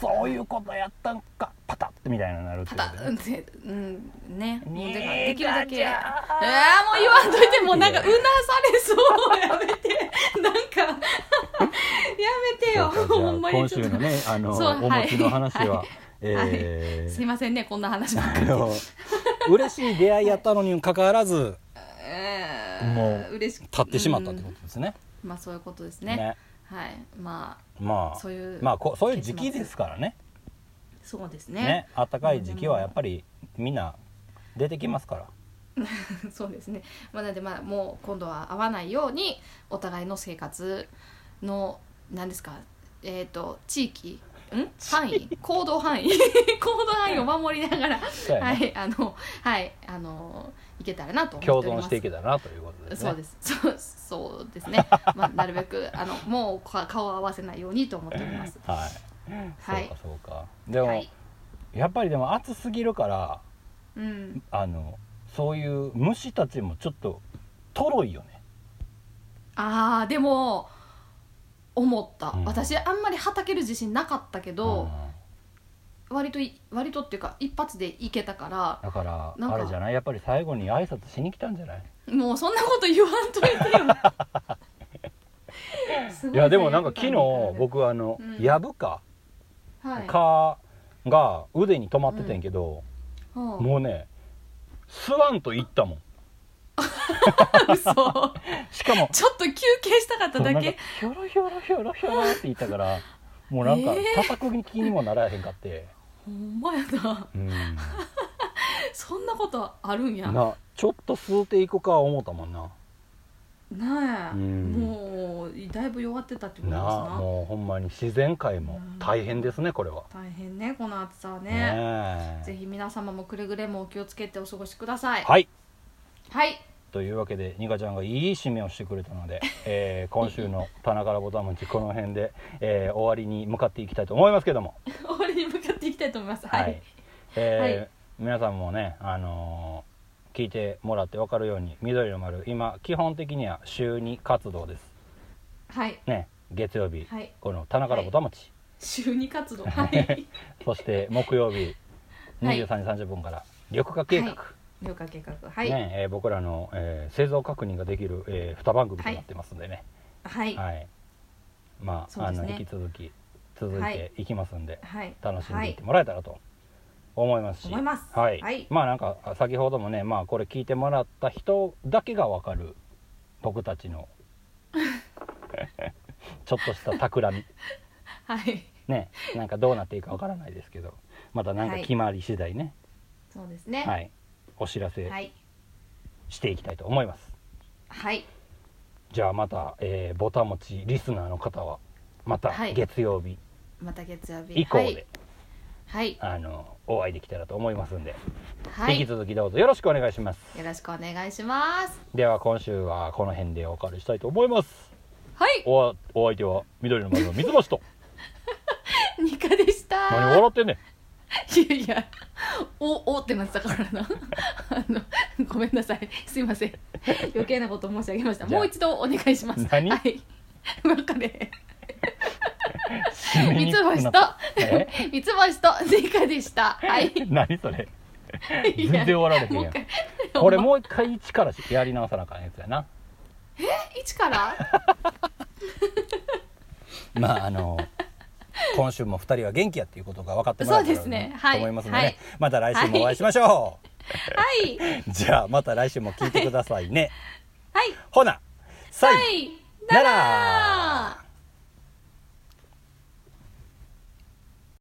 そういうことやったんかパタッてみたいななるって
パ
こ
タ
と
ッ
ね
てうんねもうだから
ねえ
できるだ
じ
けえー、
ゃ あ
もう言わんといてもうなんかうなされそうやめて なんかやめてよ
そうかじゃあ
ほんまに
今
ちょっ
週
と
のねあの
そう
お餅の話は、
は
え
すい
ー
ませんねこんな話ばっか
あ
りで
の嬉しい出会いやったのにもかかわらず
え
も
ー
う
嬉しく
立ってしまったってことですね。
うんまあそういうことですねはいまあ
まあ
そういう
まあこそういう時期ですからね
そうです
ね
ね
暖かい時期はやっぱりみんな出てきますから
そうですねまあなのでまあもう今度は会わないようにお互いの生活の何ですかえっ、と地域ん範囲行動範囲 行動範囲を守りながら
そうやね
はい、あの、はい、あの、いけたらなと思
共
っており
存
ます。
していけたらなということですね
そうです。そう、そうですね。 まあ、なるべく、あの、もう、か顔を合わせないようにと思っております。
はい、
はい
そうかそうかでも、
はい。
やっぱりでも暑すぎるから
うん。
あのそういう虫たちもちょっととろいよね
ああ、でも。思った、
うん
私あんまりはたける自信なかったけど、割とい割とっていうか一発でいけたか
だから
なんか
あれじゃないやっぱり最後に挨拶しに来たんじゃない
らもうそんなこと言わんといて よすご
いやでもなんか昨日
は
僕あの
うん
やぶか
い
蚊が腕に止まっててんけど、
うん
もうねスワンと行ったもん
嘘ちょ
しかも
っと休憩したかった
そうな
だ
んか
け
ひょろひょろひょろひょろって言った からもうなんか
え
叩く気にもならへんかって、
ほんまやな
うん
そんなことあるんやな
なちょっと吸うていこうか思ったもんな
あ
うん
もうだいぶ弱ってたってことですな
なあもうほんまに自然界も大変ですねこれは
大変ねこの暑さはね
ね
ぜ
え
ひ皆様もくれぐれもお気をつけてお過ごしください
はい
はい
というわけでニカちゃんがいい締めをしてくれたので、 えー今週の「棚からボタン持ち」この辺で、えー終わりに向かっていきたいと思いますけども
終わりに向かっていきたいと思いますはい、
えー
はい
皆さんもね、あのー聞いてもらって分かるように緑の丸今基本的には週2活動です
はい
ね月曜日、
はい
この棚からぼたもち、
週2活動はい
そして木曜日
はい
23時30分から緑化計画、
は了解計画はい、
ねえー僕らの、えー製造確認ができる、え2番組となってますんでね、
はい
はいま
そう
あ,、
です
あ
ね
の引き続き続いていきますんで、
はい
楽しんでいってもらえたらと思いますし、
思います
はい
はい
まあなんか先ほどもね、まあ、これ聞いてもらった人だけが分かる僕たち のちょっとした企み
はい、はい、
ねなんかどうなっていいか分からないですけどまたなんか決まり次第ね、
そうですね
はいお知らせ
はい
していきたいと思います、
はい
じゃあまた、えー、ボタン持ちリスナーの方はまた
はい
月曜日
また月曜日
以降で、
はい
あのお会いできたらと思いますんで、
はい、はい、
引き
よ
続きどうぞよろしくお願いします
ろしくお願いします
では今週はこの辺でお別れしたいと思います
はい
おわお相手は緑の丸の水橋と
ニカでした
何笑ってんね ん
いやいやおおってなってたからなあのごめんなさいすいません余計なこと申し上げました
じゃあ
もう一度お願いします
何
はい分かれ
締め
三
に
つ
くく
星
なっ
と
たえ
三つ星とニカでしたはい
何それ
い
全
や
然終わられへん
もう
やん
一回
これもう一回一からしやり直さなあかんやつやな
一から
まああの今週も二人は元気やっていうことが分かってもらえた
そうですね
ら
はい
と思いますのでね、
はい
また来週もお会いしましょ、
はいはいう
じゃあまた来週も聞いてくださいね、
はい
ほなさい、なら
なら